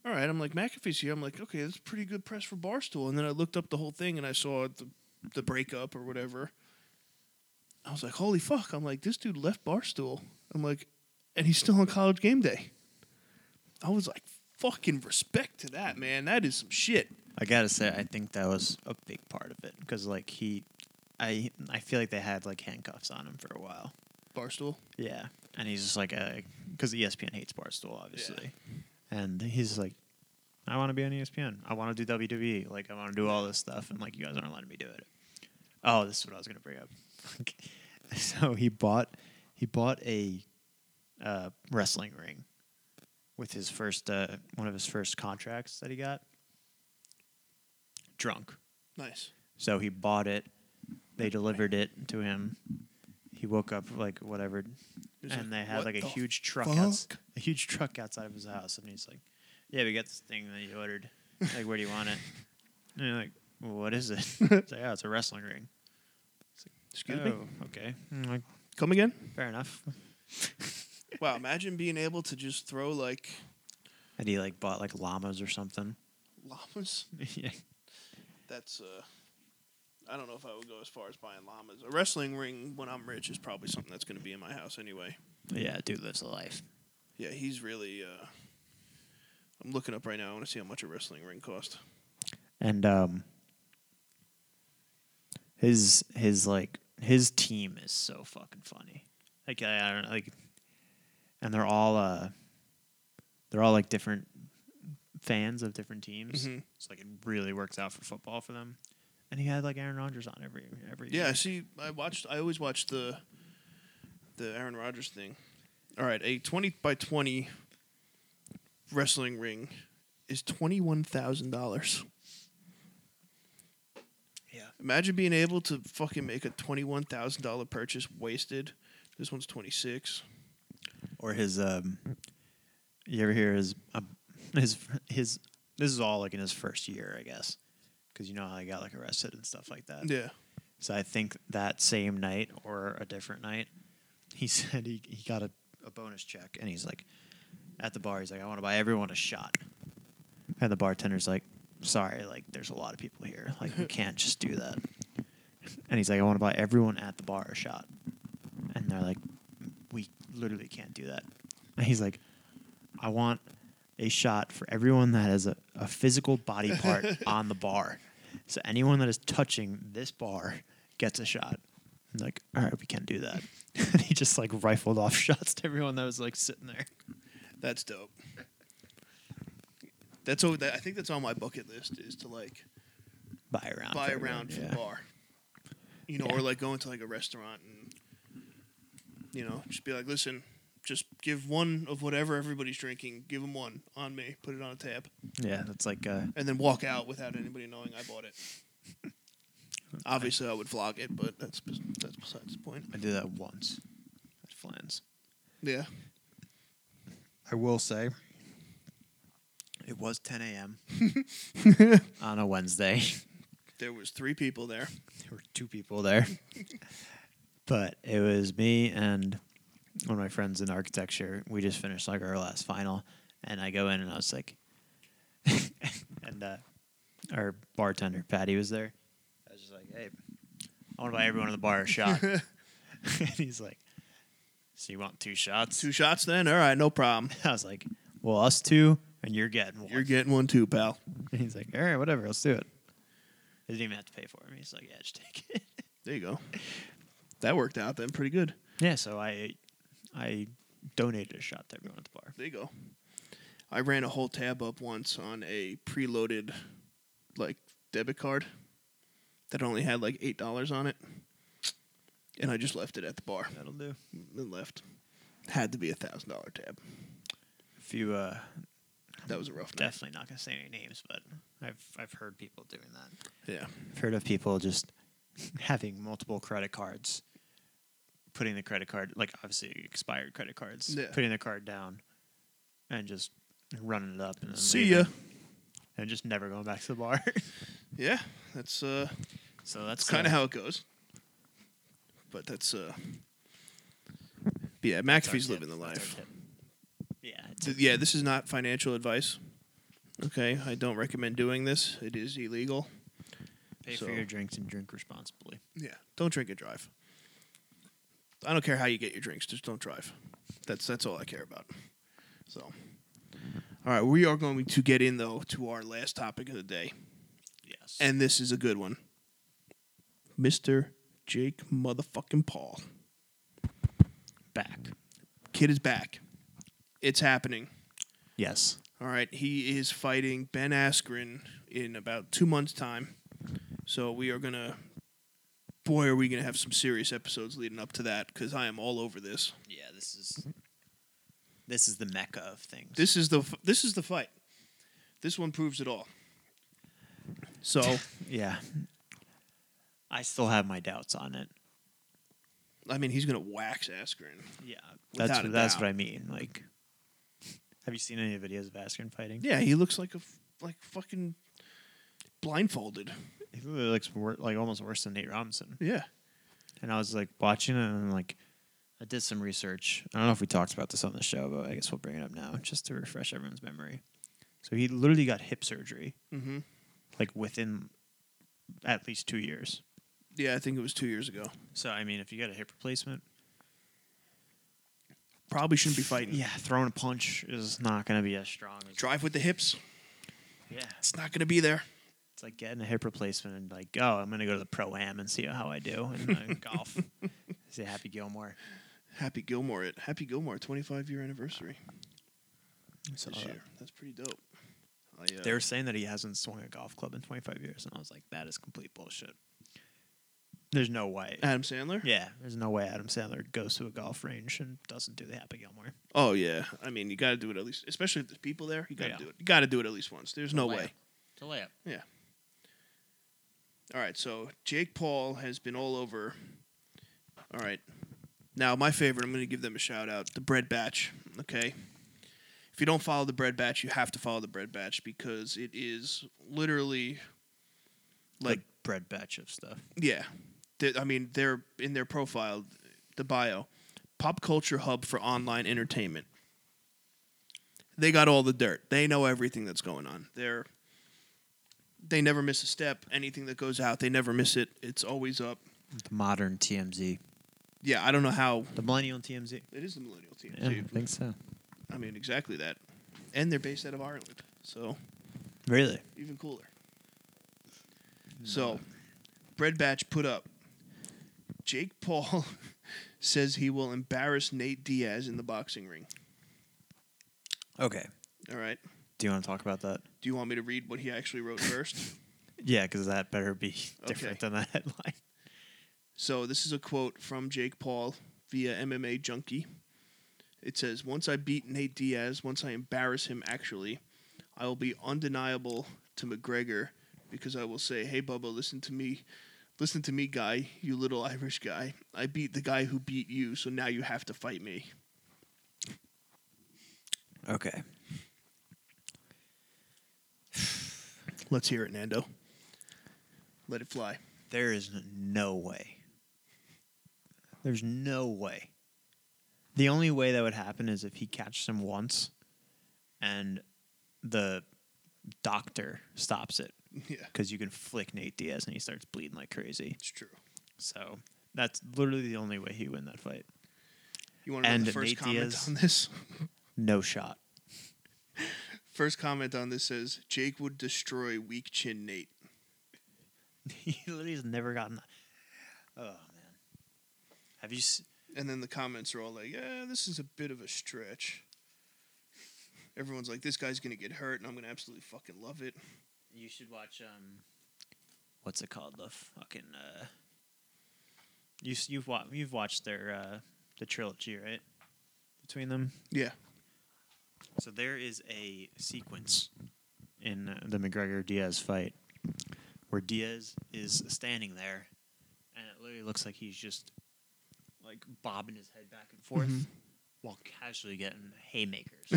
all right, I'm like McAfee's here. I'm like, okay, that's pretty good press for Barstool. And then I looked up the whole thing, and I saw the the breakup or whatever. I was like, holy fuck! I'm like, this dude left Barstool. I'm like, and he's still on college game day. I was like, fucking respect to that man. That is some shit.
I gotta say, I think that was a big part of it because like he, I I feel like they had like handcuffs on him for a while.
Barstool.
Yeah, and he's just like, E because ESPN hates Barstool, obviously, and he's like, I want to be on E ESPN. I want to do WWE. Like, I want to do all this stuff, and like, you guys aren't letting me do it. Oh, this is what I was gonna bring up. [LAUGHS] so he bought, he bought a uh, wrestling ring with his first uh, one of his first contracts that he got. Drunk.
Nice.
So he bought it. They delivered it to him. He woke up like whatever,
He's
and they had
"What
like a
the
huge truck,
fuck?"
outs- a huge truck outside of his house, and he's like, "Yeah, we got this thing that you ordered. Like, where do you want it?" And you're like, well, "What is it?" [LAUGHS] it's like, "Oh, it's a wrestling ring."
Excuse me.
oh, okay. I'm like,
Come again?
fair enough.
Wow, imagine being able to just throw like
And he like bought like llamas or something.
llamas.
[LAUGHS] yeah.
That's uh I don't know if I would go as far as buying llamas. A wrestling ring when I'm rich is probably something that's going to be in my house anyway.
Yeah, dude lives a life.
Yeah, he's really uh I'm looking up right now. I want to see how much a wrestling ring cost.
and um his his like his team is so fucking funny like i, I don't know like and they're all uh they're all like different fans of different teams
Mhm.
so like it really works out for football for them and he had like aaron rodgers on every every
Yeah, I
year.
see I watched I always watch the the Aaron Rodgers thing. All right, a 20 by 20 wrestling ring is $21,000.
yeah
Imagine being able to fucking make a twenty-one thousand dollar purchase wasted. This one's twenty-six.
or his um you ever hear his um, [LAUGHS] his his this is all like in his first year i guess because you know how he got like arrested and stuff like that
Yeah,
So I think that same night or a different night, he [LAUGHS] said he, he got a, a bonus check and he's like, at the bar, he's like, I want to buy everyone a shot. And the bartender's like, sorry, like, there's a lot of people here. Like, we can't just do that. And he's like, I want to buy everyone at the bar a shot. And they're like, we literally can't do that. And he's like, I want a shot for everyone that has a, a physical body part on the bar. So anyone that is touching this bar gets a shot. I'm like, all right, we can do that. [LAUGHS] and he just like rifled off [LAUGHS] shots to everyone that was like sitting there.
that's dope. That's all. That, I think that's on my bucket list is to like
Buy around.
buy a round for the bar. You know, or
Yeah.
like going to like a restaurant and you know just be like, listen, just give one of whatever everybody's drinking. Give them one on me. Put it on a tab,
Yeah, that's like uh,
and then walk out without anybody knowing I bought it. Obviously, I would vlog it, but that's bes- that's besides the point.
I did that once at Flans.
Yeah.
I will say, it was 10 a.m.
[LAUGHS]
on a Wednesday.
There was three people there.
there were two people there. [LAUGHS] but it was me and one of my friends in architecture. We just finished like our last final, and I go in and I was like, [LAUGHS] and uh, our bartender Patty was there. I was just like, hey, I want to buy everyone in the bar a shot. [LAUGHS] and he's like, so you want two shots?
Two shots then? All right, no problem.
I was like, well, us two, and you're getting one.
You're getting one too, pal.
[LAUGHS] and he's like, all right, whatever, let's do it. I didn't even have to pay for him. He's like, yeah, just take it.
There you go. That worked out then pretty good.
Yeah, so I I donated a shot to everyone at the bar.
There you go. I ran a whole tab up once on a preloaded like debit card that only had like eight dollars on it. And I just left it at the bar
That'll do.
and left. Had to be a thousand dollar tab.
If you uh
That was a rough night.
definitely not gonna say any names, but I've I've heard people doing that.
Yeah.
I've heard of people just having multiple credit cards, putting the credit card like obviously expired credit cards,
Yeah.
putting the card down and just running it up and then
See ya.
leaving and just never going back to the bar.
Yeah. That's uh
[LAUGHS] so that's
That's kind of
uh,
how it goes. But that's uh. But yeah, McAfee's
our
living the
tip. That's
life.
our tip. Yeah,
th- yeah, this is not financial advice. Okay, I don't recommend doing this. It is illegal.
Pay
So-
for your drinks and drink responsibly.
Yeah, don't drink and drive. I don't care how you get your drinks, just don't drive. That's that's all I care about. So, all right, we are going to get in though to our last topic of the day,
Yes.
and this is a good one, Mister Jake Motherfucking Paul.
back.
Kid is back. It's happening.
Yes.
All right, he is fighting Ben Askren in about two months' time. So we are gonna, boy, are we gonna have some serious episodes leading up to that because I am all over this.
Yeah, this is this is the mecca of things.
This is the f- this is the fight. This one proves it all. So
yeah. I still have my doubts on it.
I mean, he's gonna wax Askren.
Yeah. That's
Without a
what, that's
doubt.
what I mean. Like Have you seen any videos of Askren fighting?
Yeah, he looks like a f- like fucking blindfolded.
He literally looks wor- like almost worse than Nate Robinson.
Yeah,
And I was like watching it and like I did some research. I don't know if we talked about this on the show, but I guess we'll bring it up now just to refresh everyone's memory. So he literally got hip surgery
mm-hmm.
like within at least 2 years.
yeah. I think it was two years ago.
So I mean, if you got a hip replacement,
Probably shouldn't be fighting.
yeah, throwing a punch is not going to be as strong. As,
Drive with the hips.
yeah,
It's not gonna be there.
it's like getting a hip replacement and like, oh, I'm going to go to the pro am and see how I do in [LAUGHS] uh, golf. Say Happy Gilmore.
Happy Gilmore it. Happy Gilmore 25 year anniversary
So
this year. That's pretty dope. I, uh,
they were saying that he hasn't swung a golf club in 25 years, and I was like, that is complete bullshit. There's no way.
Adam Sandler.
yeah, there's no way Adam Sandler goes to a golf range and doesn't do the Happy Gilmore.
Oh yeah. I mean, you got to do it at least, especially if there's people there. You got to
Yeah.
do it. You got to do it at least once. There's no
Layup.
way.
It's a layup.
All right. So Jake Paul has been all over. All right. Now my favorite. I'm going to give them a shout out. The Bread Batch. Okay. If you don't follow the Bread Batch, you have to follow the Bread Batch because it is literally
Like
like
bread batch of stuff.
Yeah, They- I mean, they're in their profile, the bio, pop culture hub for online entertainment. They got all the dirt. They know everything that's going on. They're they never miss a step. Anything that goes out, they never miss it. It's always up.
The modern TMZ.
Yeah, I don't know how
The millennial TMZ.
it is the millennial team.
Yeah, I think so.
I mean, exactly that. And they're based out of Ireland, so
Really?
even cooler. So, Bread Batch put up. Jake Paul [LAUGHS] says he will embarrass Nate Diaz in the boxing ring.
Okay.
All right.
Do you want to talk about that?
Do you want me to read what he actually wrote first?
Yeah, because that better be [LAUGHS] different
different
than that headline.
so, this is a quote from Jake Paul via MMA Junkie. It says, Once I beat Nate Diaz, once I embarrass him, actually, I will be undeniable to McGregor because I will say, Hey, Bubba, listen to me. Listen to me, guy, you little Irish guy. I beat the guy who beat you, so now you have to fight me.
Okay.
Let's hear it, Nando. Let it fly. [LAUGHS]
There is no way. There's no way. The only way that would happen is if he catches him once and the doctor stops it
Yeah,
because you can flick Nate Diaz and he starts bleeding like crazy.
it's true.
So that's literally the only way he win that fight.
You want to know
And
the first
Nate
comment
Diaz.
on this? [LAUGHS]
No shot.
First comment on this says Jake would destroy weak chin Nate.
[LAUGHS] he literally has never gotten that. Oh man. Have you s-
And then the comments are all like, "Yeah, this is a bit of a stretch." Everyone's like, "This guy's gonna get hurt, and I'm gonna absolutely fucking love it."
You should watch um, what's it called? The fucking uh, you s- you've wa- you've watched their uh the trilogy right between them.
Yeah.
So there is a sequence in uh, the McGregor Diaz fight where Diaz is standing there, and it literally looks like he's just like bobbing his head back and forth
Mhm.
while casually getting haymakers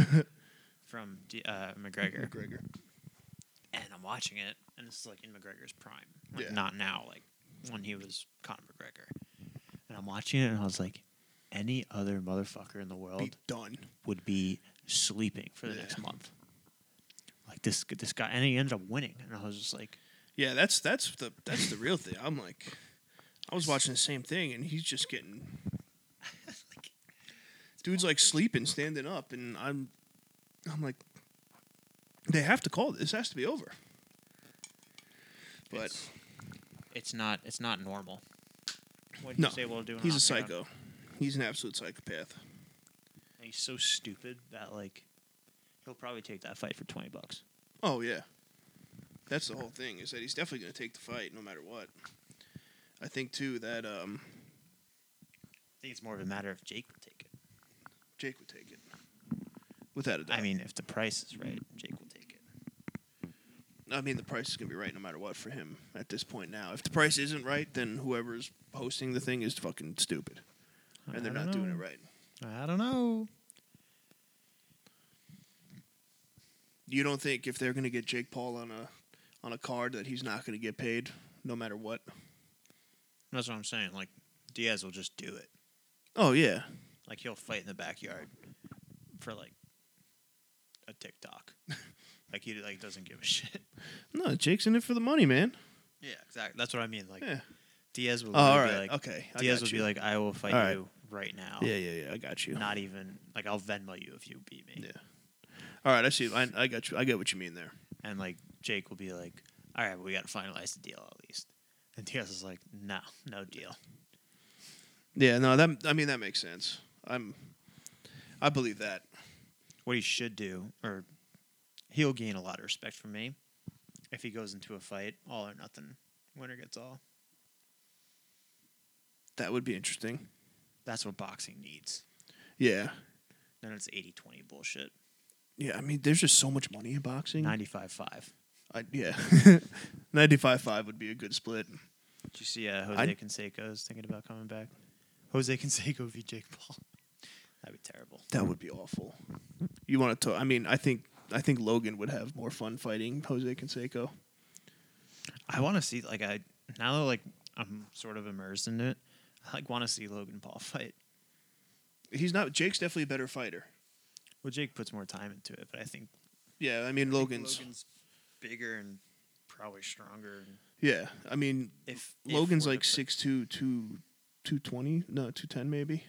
from D- uh, McGregor
McGregor.
and I'm watching it, and this is like in McGregor's prime, like
Yeah.
not now, like when he was Conor McGregor. And I'm watching it, and I was like, any other motherfucker in the world
Be done.
would be sleeping for the
Yeah.
next month. Like this this guy, and he ended up winning. And I was
[LAUGHS]
just like,
Yeah, that's that's the that's the real thing. I'm like, I was watching the same thing, and he's just getting. Dude's like sleeping, standing up, and I'm, I'm like, they have to call. it. This has to be over. But
it's, it's not it's not normal. What
No,
he's able to do, in
he's a
octagon.
psycho. He's an absolute psychopath.
And he's so stupid that like he'll probably take that fight for twenty bucks.
Oh yeah, that's the whole thing. Is that he's definitely going to take the fight no matter what. I think too that um,
I think it's more of a matter of Jake would take it.
Jake would take it, without a doubt.
I mean, if the price is right, Jake will take it.
I mean, the price is going to be right no matter what for him at this point now. If the price isn't right, then whoever's hosting the thing is fucking stupid.
I
And they're
don't
not doing
know.
it right.
I don't know.
You don't think if they're going to get Jake Paul on a on a card that he's not going to get paid no matter what?
That's what I'm saying. Like Diaz will just do it.
Oh yeah.
Like he'll fight in the backyard for like
[LAUGHS]
a TikTok. like he like doesn't give a shit.
No, Jake's in it for the money, man.
Yeah, exactly. That's what I mean. Like
yeah.
Diaz will
Oh, all
literally
right.
be like
okay. I
Diaz
got
would
you.
be like, I will fight
All right.
you right now.
Yeah, yeah, yeah. I got you.
Not e-" even like I'll Venmo you if you beat me.
Yeah. All right, I see. I, I got you. I get what you mean there.
And like Jake will be like, All right, we gotta finalize the deal at least. And Diaz is like, No, no deal.
Yeah. No, that I mean that makes sense. I'm. I believe that.
what he should do, or he'll gain a lot of respect from me if he goes into a fight, all or nothing, winner gets all.
That would be interesting.
That's what boxing needs.
Yeah.
Then it's 80 20 bullshit.
Yeah, I mean, there's just so much money in boxing.
95 5.
I, yeah, [LAUGHS] ninety-five five would be a good split.
Did you see uh, Jose
I'd-
Canseco's thinking about coming back? Jose Canseco v. Jake Paul. That'd be terrible.
That would be awful. You want to? I mean, I think I think Logan would have more fun fighting Jose Canseco.
I want to see, like, I now that like I'm sort of immersed in it, I like want to see Logan Paul [LAUGHS] fight.
He's not. Jake's definitely a better fighter.
Well, Jake puts more time into it, but I think
Yeah, I mean Logan's.
bigger and probably stronger. And
Yeah, I mean
if
Logan's
if we're
like
to put-
six two two. 220 no 210 maybe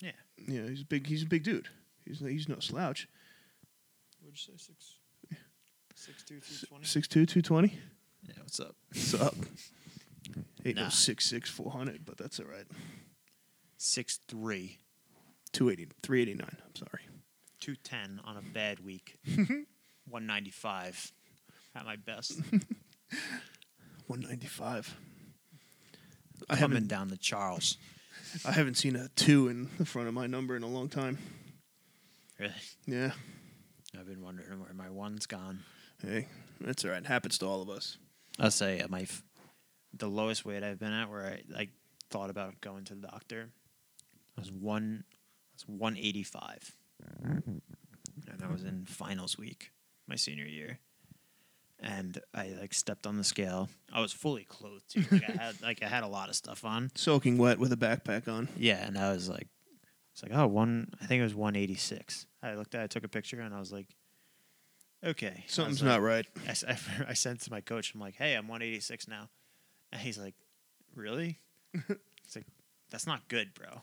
Yeah.
yeah he's a big he's a big dude he's he's no slouch
Would you say six? Six two two twenty.
6'2 220
Yeah, what's up?
what's
[LAUGHS]
up oh ain't
Nah.
no 6'6 400 but that's all right
Six three.
280 389 i'm sorry
Two ten on a
[LAUGHS]
bad week. One ninety five at my best.
195. I
Coming
haven't
down the Charles. [LAUGHS]
I haven't seen a two in [LAUGHS] the front of my number in a long time.
Really?
Yeah.
I've been wondering where my one's gone.
Hey, that's all right. It happens to all of us.
I'll say at my f- the lowest weight I've been at where I like thought about going to the doctor. I was one I was one eighty five. And I was in finals week, my senior year. And I like stepped on the scale. I was fully clothed too. Like I
[LAUGHS]
had like I had a lot of stuff on.
Soaking wet with a backpack on.
Yeah, and I was like, it's like oh one. I think it was one eighty six. I looked at, it, I took a picture, and I was like, okay,
Something's
I was like-
not right.
[LAUGHS] I, s- I f- I sent to my coach. I'm like, hey, I'm one eighty six now, and he's like, really? He's like, that's not good, bro.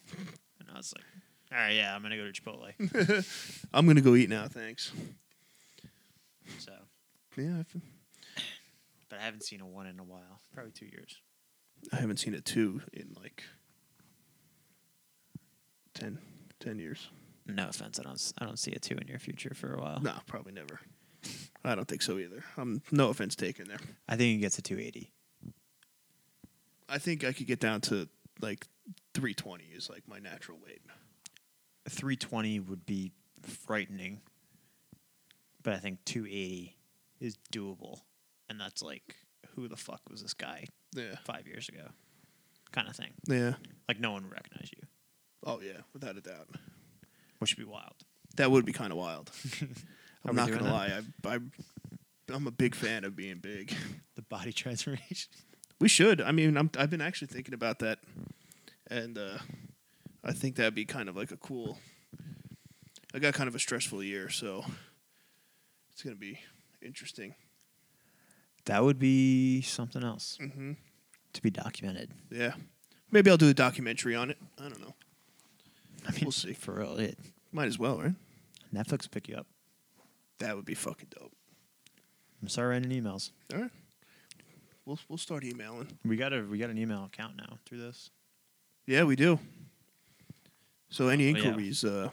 And I was like, all right, yeah, I'm gonna go to [LAUGHS] Chipotle.
[LAUGHS] I'm gonna go eat now. Thanks.
so,
Yeah, I f-
but I haven't seen a one in a while, probably two years.
I haven't seen a two in like 10, 10 years.
No offense, I don't s- I don't see a two in your future for a while.
No, probably never. I don't think so either. Um, no offense taken there.
I think it gets to two eighty.
I think I could get down to like 320 is like my natural weight.
three twenty would be frightening, but I think two eighty is doable, and that's like who the fuck was this guy
Yeah.
five years ago, kind of thing.
Yeah.
Like no one would recognize you,
Oh yeah, without a doubt.
which would be wild.
That would be kind of wild.
Are we
I'm not
doing
gonna
that?
lie. I, I, I'm a big fan of being big.
The body [LAUGHS] transformation.
We should. I mean, I'm, I've been actually thinking about that, and uh, I think that'd be kind of like a cool, I got kind of a stressful year, so it's gonna be interesting.
That would be something else
Mm-hmm.
to be documented.
Yeah, maybe I'll do a documentary on it. I don't know.
I mean,
We'll see.
For real, it,
Might as well, right?
Netflix will pick you up.
That would be fucking dope.
I'm sorry, writing emails.
All right, we'll we'll start emailing.
We got a we got an email account now through this.
Yeah, we do. So any
Oh, yeah.
inquiries, uh,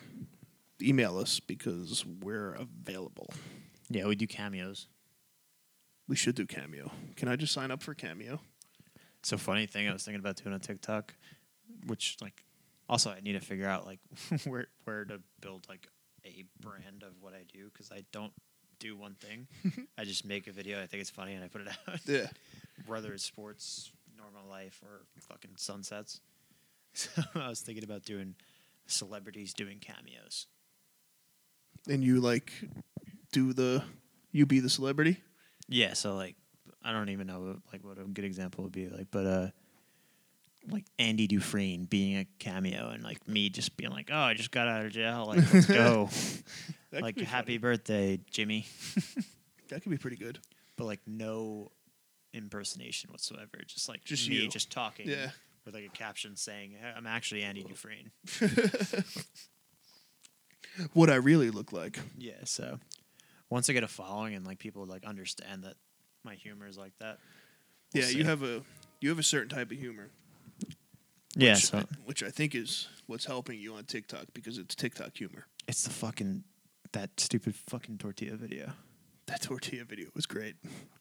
email us because we're available.
Yeah, we do cameos.
We should do Cameo. Can I just sign up for Cameo?
It's a funny thing I was thinking about doing on TikTok, which like also I need to figure out like [LAUGHS] where where to build like a brand of what I do because I don't do one [LAUGHS] thing. I just make a video, I think it's funny, and I put it out.
Yeah.
Whether it's sports, normal life, or fucking sunsets. [LAUGHS] So I was thinking about doing celebrities doing cameos.
And you like do the you be the celebrity?
Yeah, so like I don't even know like what a good example would be like, but uh like Andy Dufresne being a cameo and like me just being like, Oh, I just got out of jail, like [LAUGHS] let's go.
That could
like
be funny.
happy birthday, Jimmy.
That could be pretty good. [LAUGHS]
But like no impersonation whatsoever. Just like
Just
me
you.
just talking
Yeah.
with like a caption saying, "Hey, I'm actually Andy Dufresne.
What I really look like.
Yeah, so once I get a following and like people like understand that my humor is like that. we'll
yeah,
see.
you have a you have a certain type of humor.
Yeah,
which,
so
which I think is what's helping you on TikTok because it's TikTok humor.
it's the fucking that stupid fucking tortilla video.
That tortilla video was great.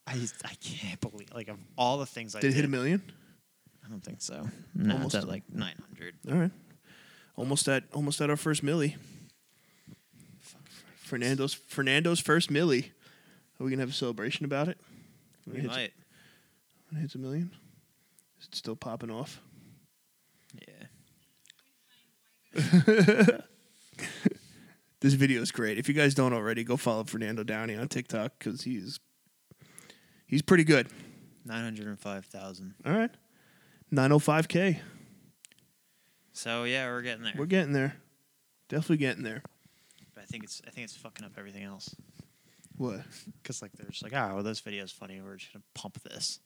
I I can't believe like of all the things I
Did
did,
it hit a million?
I don't think so. No,
Almost.
it's at like nine hundred.
All right. Almost at almost at our first millie. Fernando's Fernando's first millie. Are we gonna have a celebration about it? When it hits- when it hits a million? Is it still popping off?
Yeah.
This video is great. If you guys don't already, go follow Fernando Downey on TikTok because he's he's pretty good.
Nine hundred and five thousand.
All right, nine oh five k.
So yeah, we're getting there.
We're getting there. Definitely getting there.
but I think it's I think it's fucking up everything else.
What?
Because like they're just like, ah, well this video's funny, we're just gonna pump this.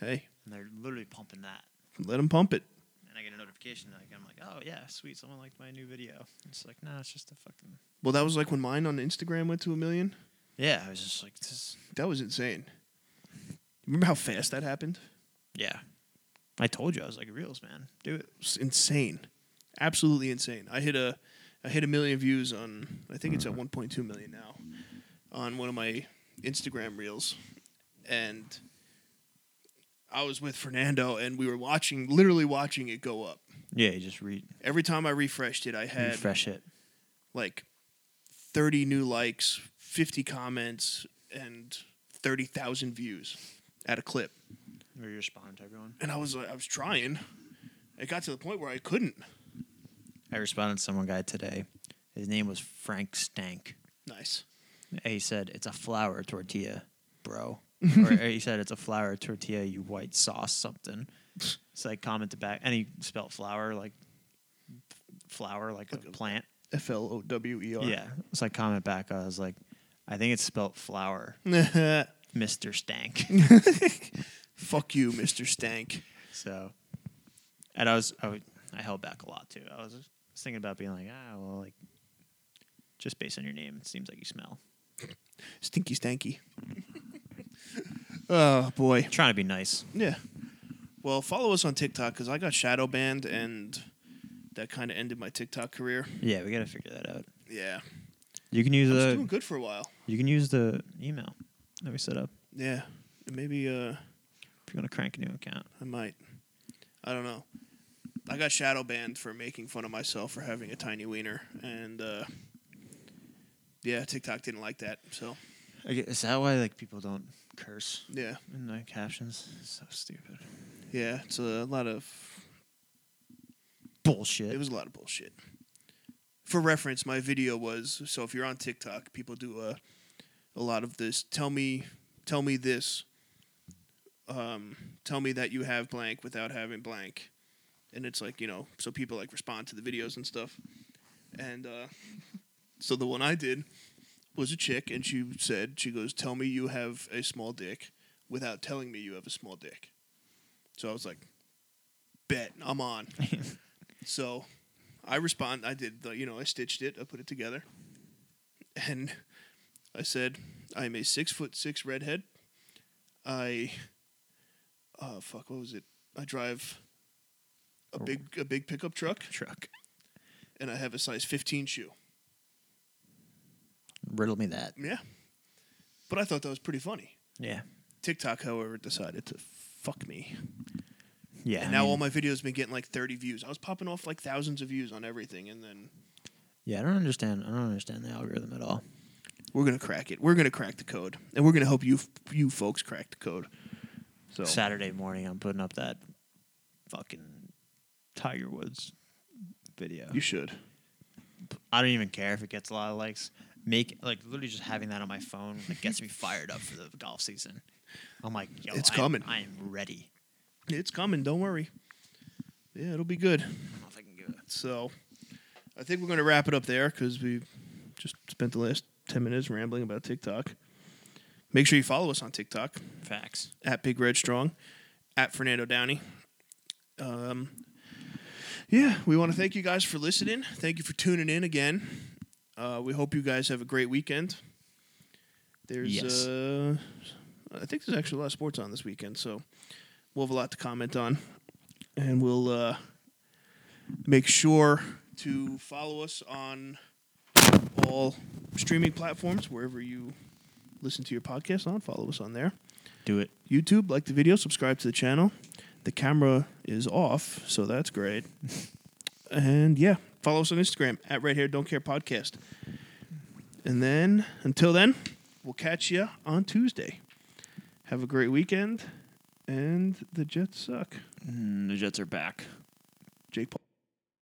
Hey,
And they're literally pumping that.
let him pump it.
And I get a notification like I'm like, Oh yeah, sweet, someone liked my new video. It's like, nah, it's just a fucking
Well, that was like when mine on Instagram went to a million.
Yeah, I was just like this is-
That was insane. Remember how fast that happened?
Yeah. I told you I was like reels, man. Do it.
It was insane, absolutely insane. I hit a I hit a million views on I think
Mm-hmm.
it's at one point two million now on one of my Instagram reels, and I was with Fernando and we were watching literally watching it go up.
Yeah, you just re-
Every time I refreshed it, I had
refresh it.
like 30 new likes, 50 comments, and 30,000 views at a clip.
Or you respond to everyone.
And I was like, I was trying. It got to the point where I couldn't.
I responded to someone guy today. His name was Frank Stank.
Nice.
He said, "It's a flour tortilla, [LAUGHS] bro." or he said, "It's a flour tortilla, you white sauce something." So I commented back, and he spelled flour like flower, like a
Like a-
plant.
F L O W E R.
Yeah. So I comment back. I was like, "I think it's spelt flour,
[LAUGHS] Yeah.
Mister [LAUGHS] Stank."
Fuck you, Mr. Stank.
So, and I was, I, would, I held back a lot too. I was just thinking about being like, ah, well, like, just based on your name, it seems like you smell.
Stinky Stanky. oh, boy.
Trying to be nice.
Yeah. Well, follow us on TikTok because I got shadow banned and that kind of ended my TikTok career.
Yeah, we got to figure that out.
Yeah.
You can use
I was doing
the,
good for a while.
you can use the email that we set up
Yeah. Maybe uh,
if you want to crank a new account.
I might. I don't know. I got shadow banned for making fun of myself for having a tiny wiener, and uh, yeah, TikTok didn't like that. So
Is that why like people don't curse
yeah,
in the captions? So stupid.
yeah, it's a lot of
Bullshit.
it was a lot of bullshit. For reference, my video was so if you're on TikTok, people do a a lot of this. Tell me, tell me this. Um, tell me that you have blank without having blank, and it's like you know, so people like respond to the videos and stuff. And uh, So the one I did was a chick, and she said, she goes, "Tell me you have a small dick without telling me you have a small dick." So I was like, "Bet I'm on." so I respond. I did the, you know, I stitched it. I put it together, and I said, "I am a six foot six redhead. I, uh, fuck, what was it? I drive a big a big pickup truck,
[LAUGHS] Truck.
and I have a size fifteen shoe."
Riddle me that.
Yeah. But I thought that was pretty funny.
Yeah.
TikTok, however, decided to fuck me.
Yeah.
and now all my videos been getting like 30 views. I was popping off like thousands of views on everything and then
Yeah, I don't understand. I don't understand the algorithm at all.
we're going to crack it. We're going to crack the code. And we're going to help you you folks crack the code. So
Saturday morning, I'm putting up that fucking Tiger Woods video.
you should.
I don't even care if it gets a lot of likes. Make like literally just having that on my phone like gets me fired up for the golf season. I'm like, yo,
It's
I'm-
coming.
I am ready.
It's coming, don't worry. Yeah, it'll be good.
I don't know if I can give it.
So I think we're going to wrap it up there because we just spent the last 10 minutes rambling about TikTok. Make sure you follow us on TikTok.
Facts.
at Big Red Strong, at Fernando Downey. Um, yeah, we want to thank you guys for listening. Thank you for tuning in again. Uh, we hope you guys have a great weekend. There's,
Yes.
uh, I think there's actually a lot of sports on this weekend, so we'll have a lot to comment on, and we'll uh, make sure to follow us on all streaming platforms wherever you listen to your podcast on. Follow us on there.
Do it.
YouTube, like the video, subscribe to the channel. The camera is off, so that's great. and yeah, follow us on Instagram at Right Here Don't Care Podcast. And then until then, we'll catch you on Tuesday. Have a great weekend, and Mm, the Jets suck.
the Jets are back.
Jake Paul.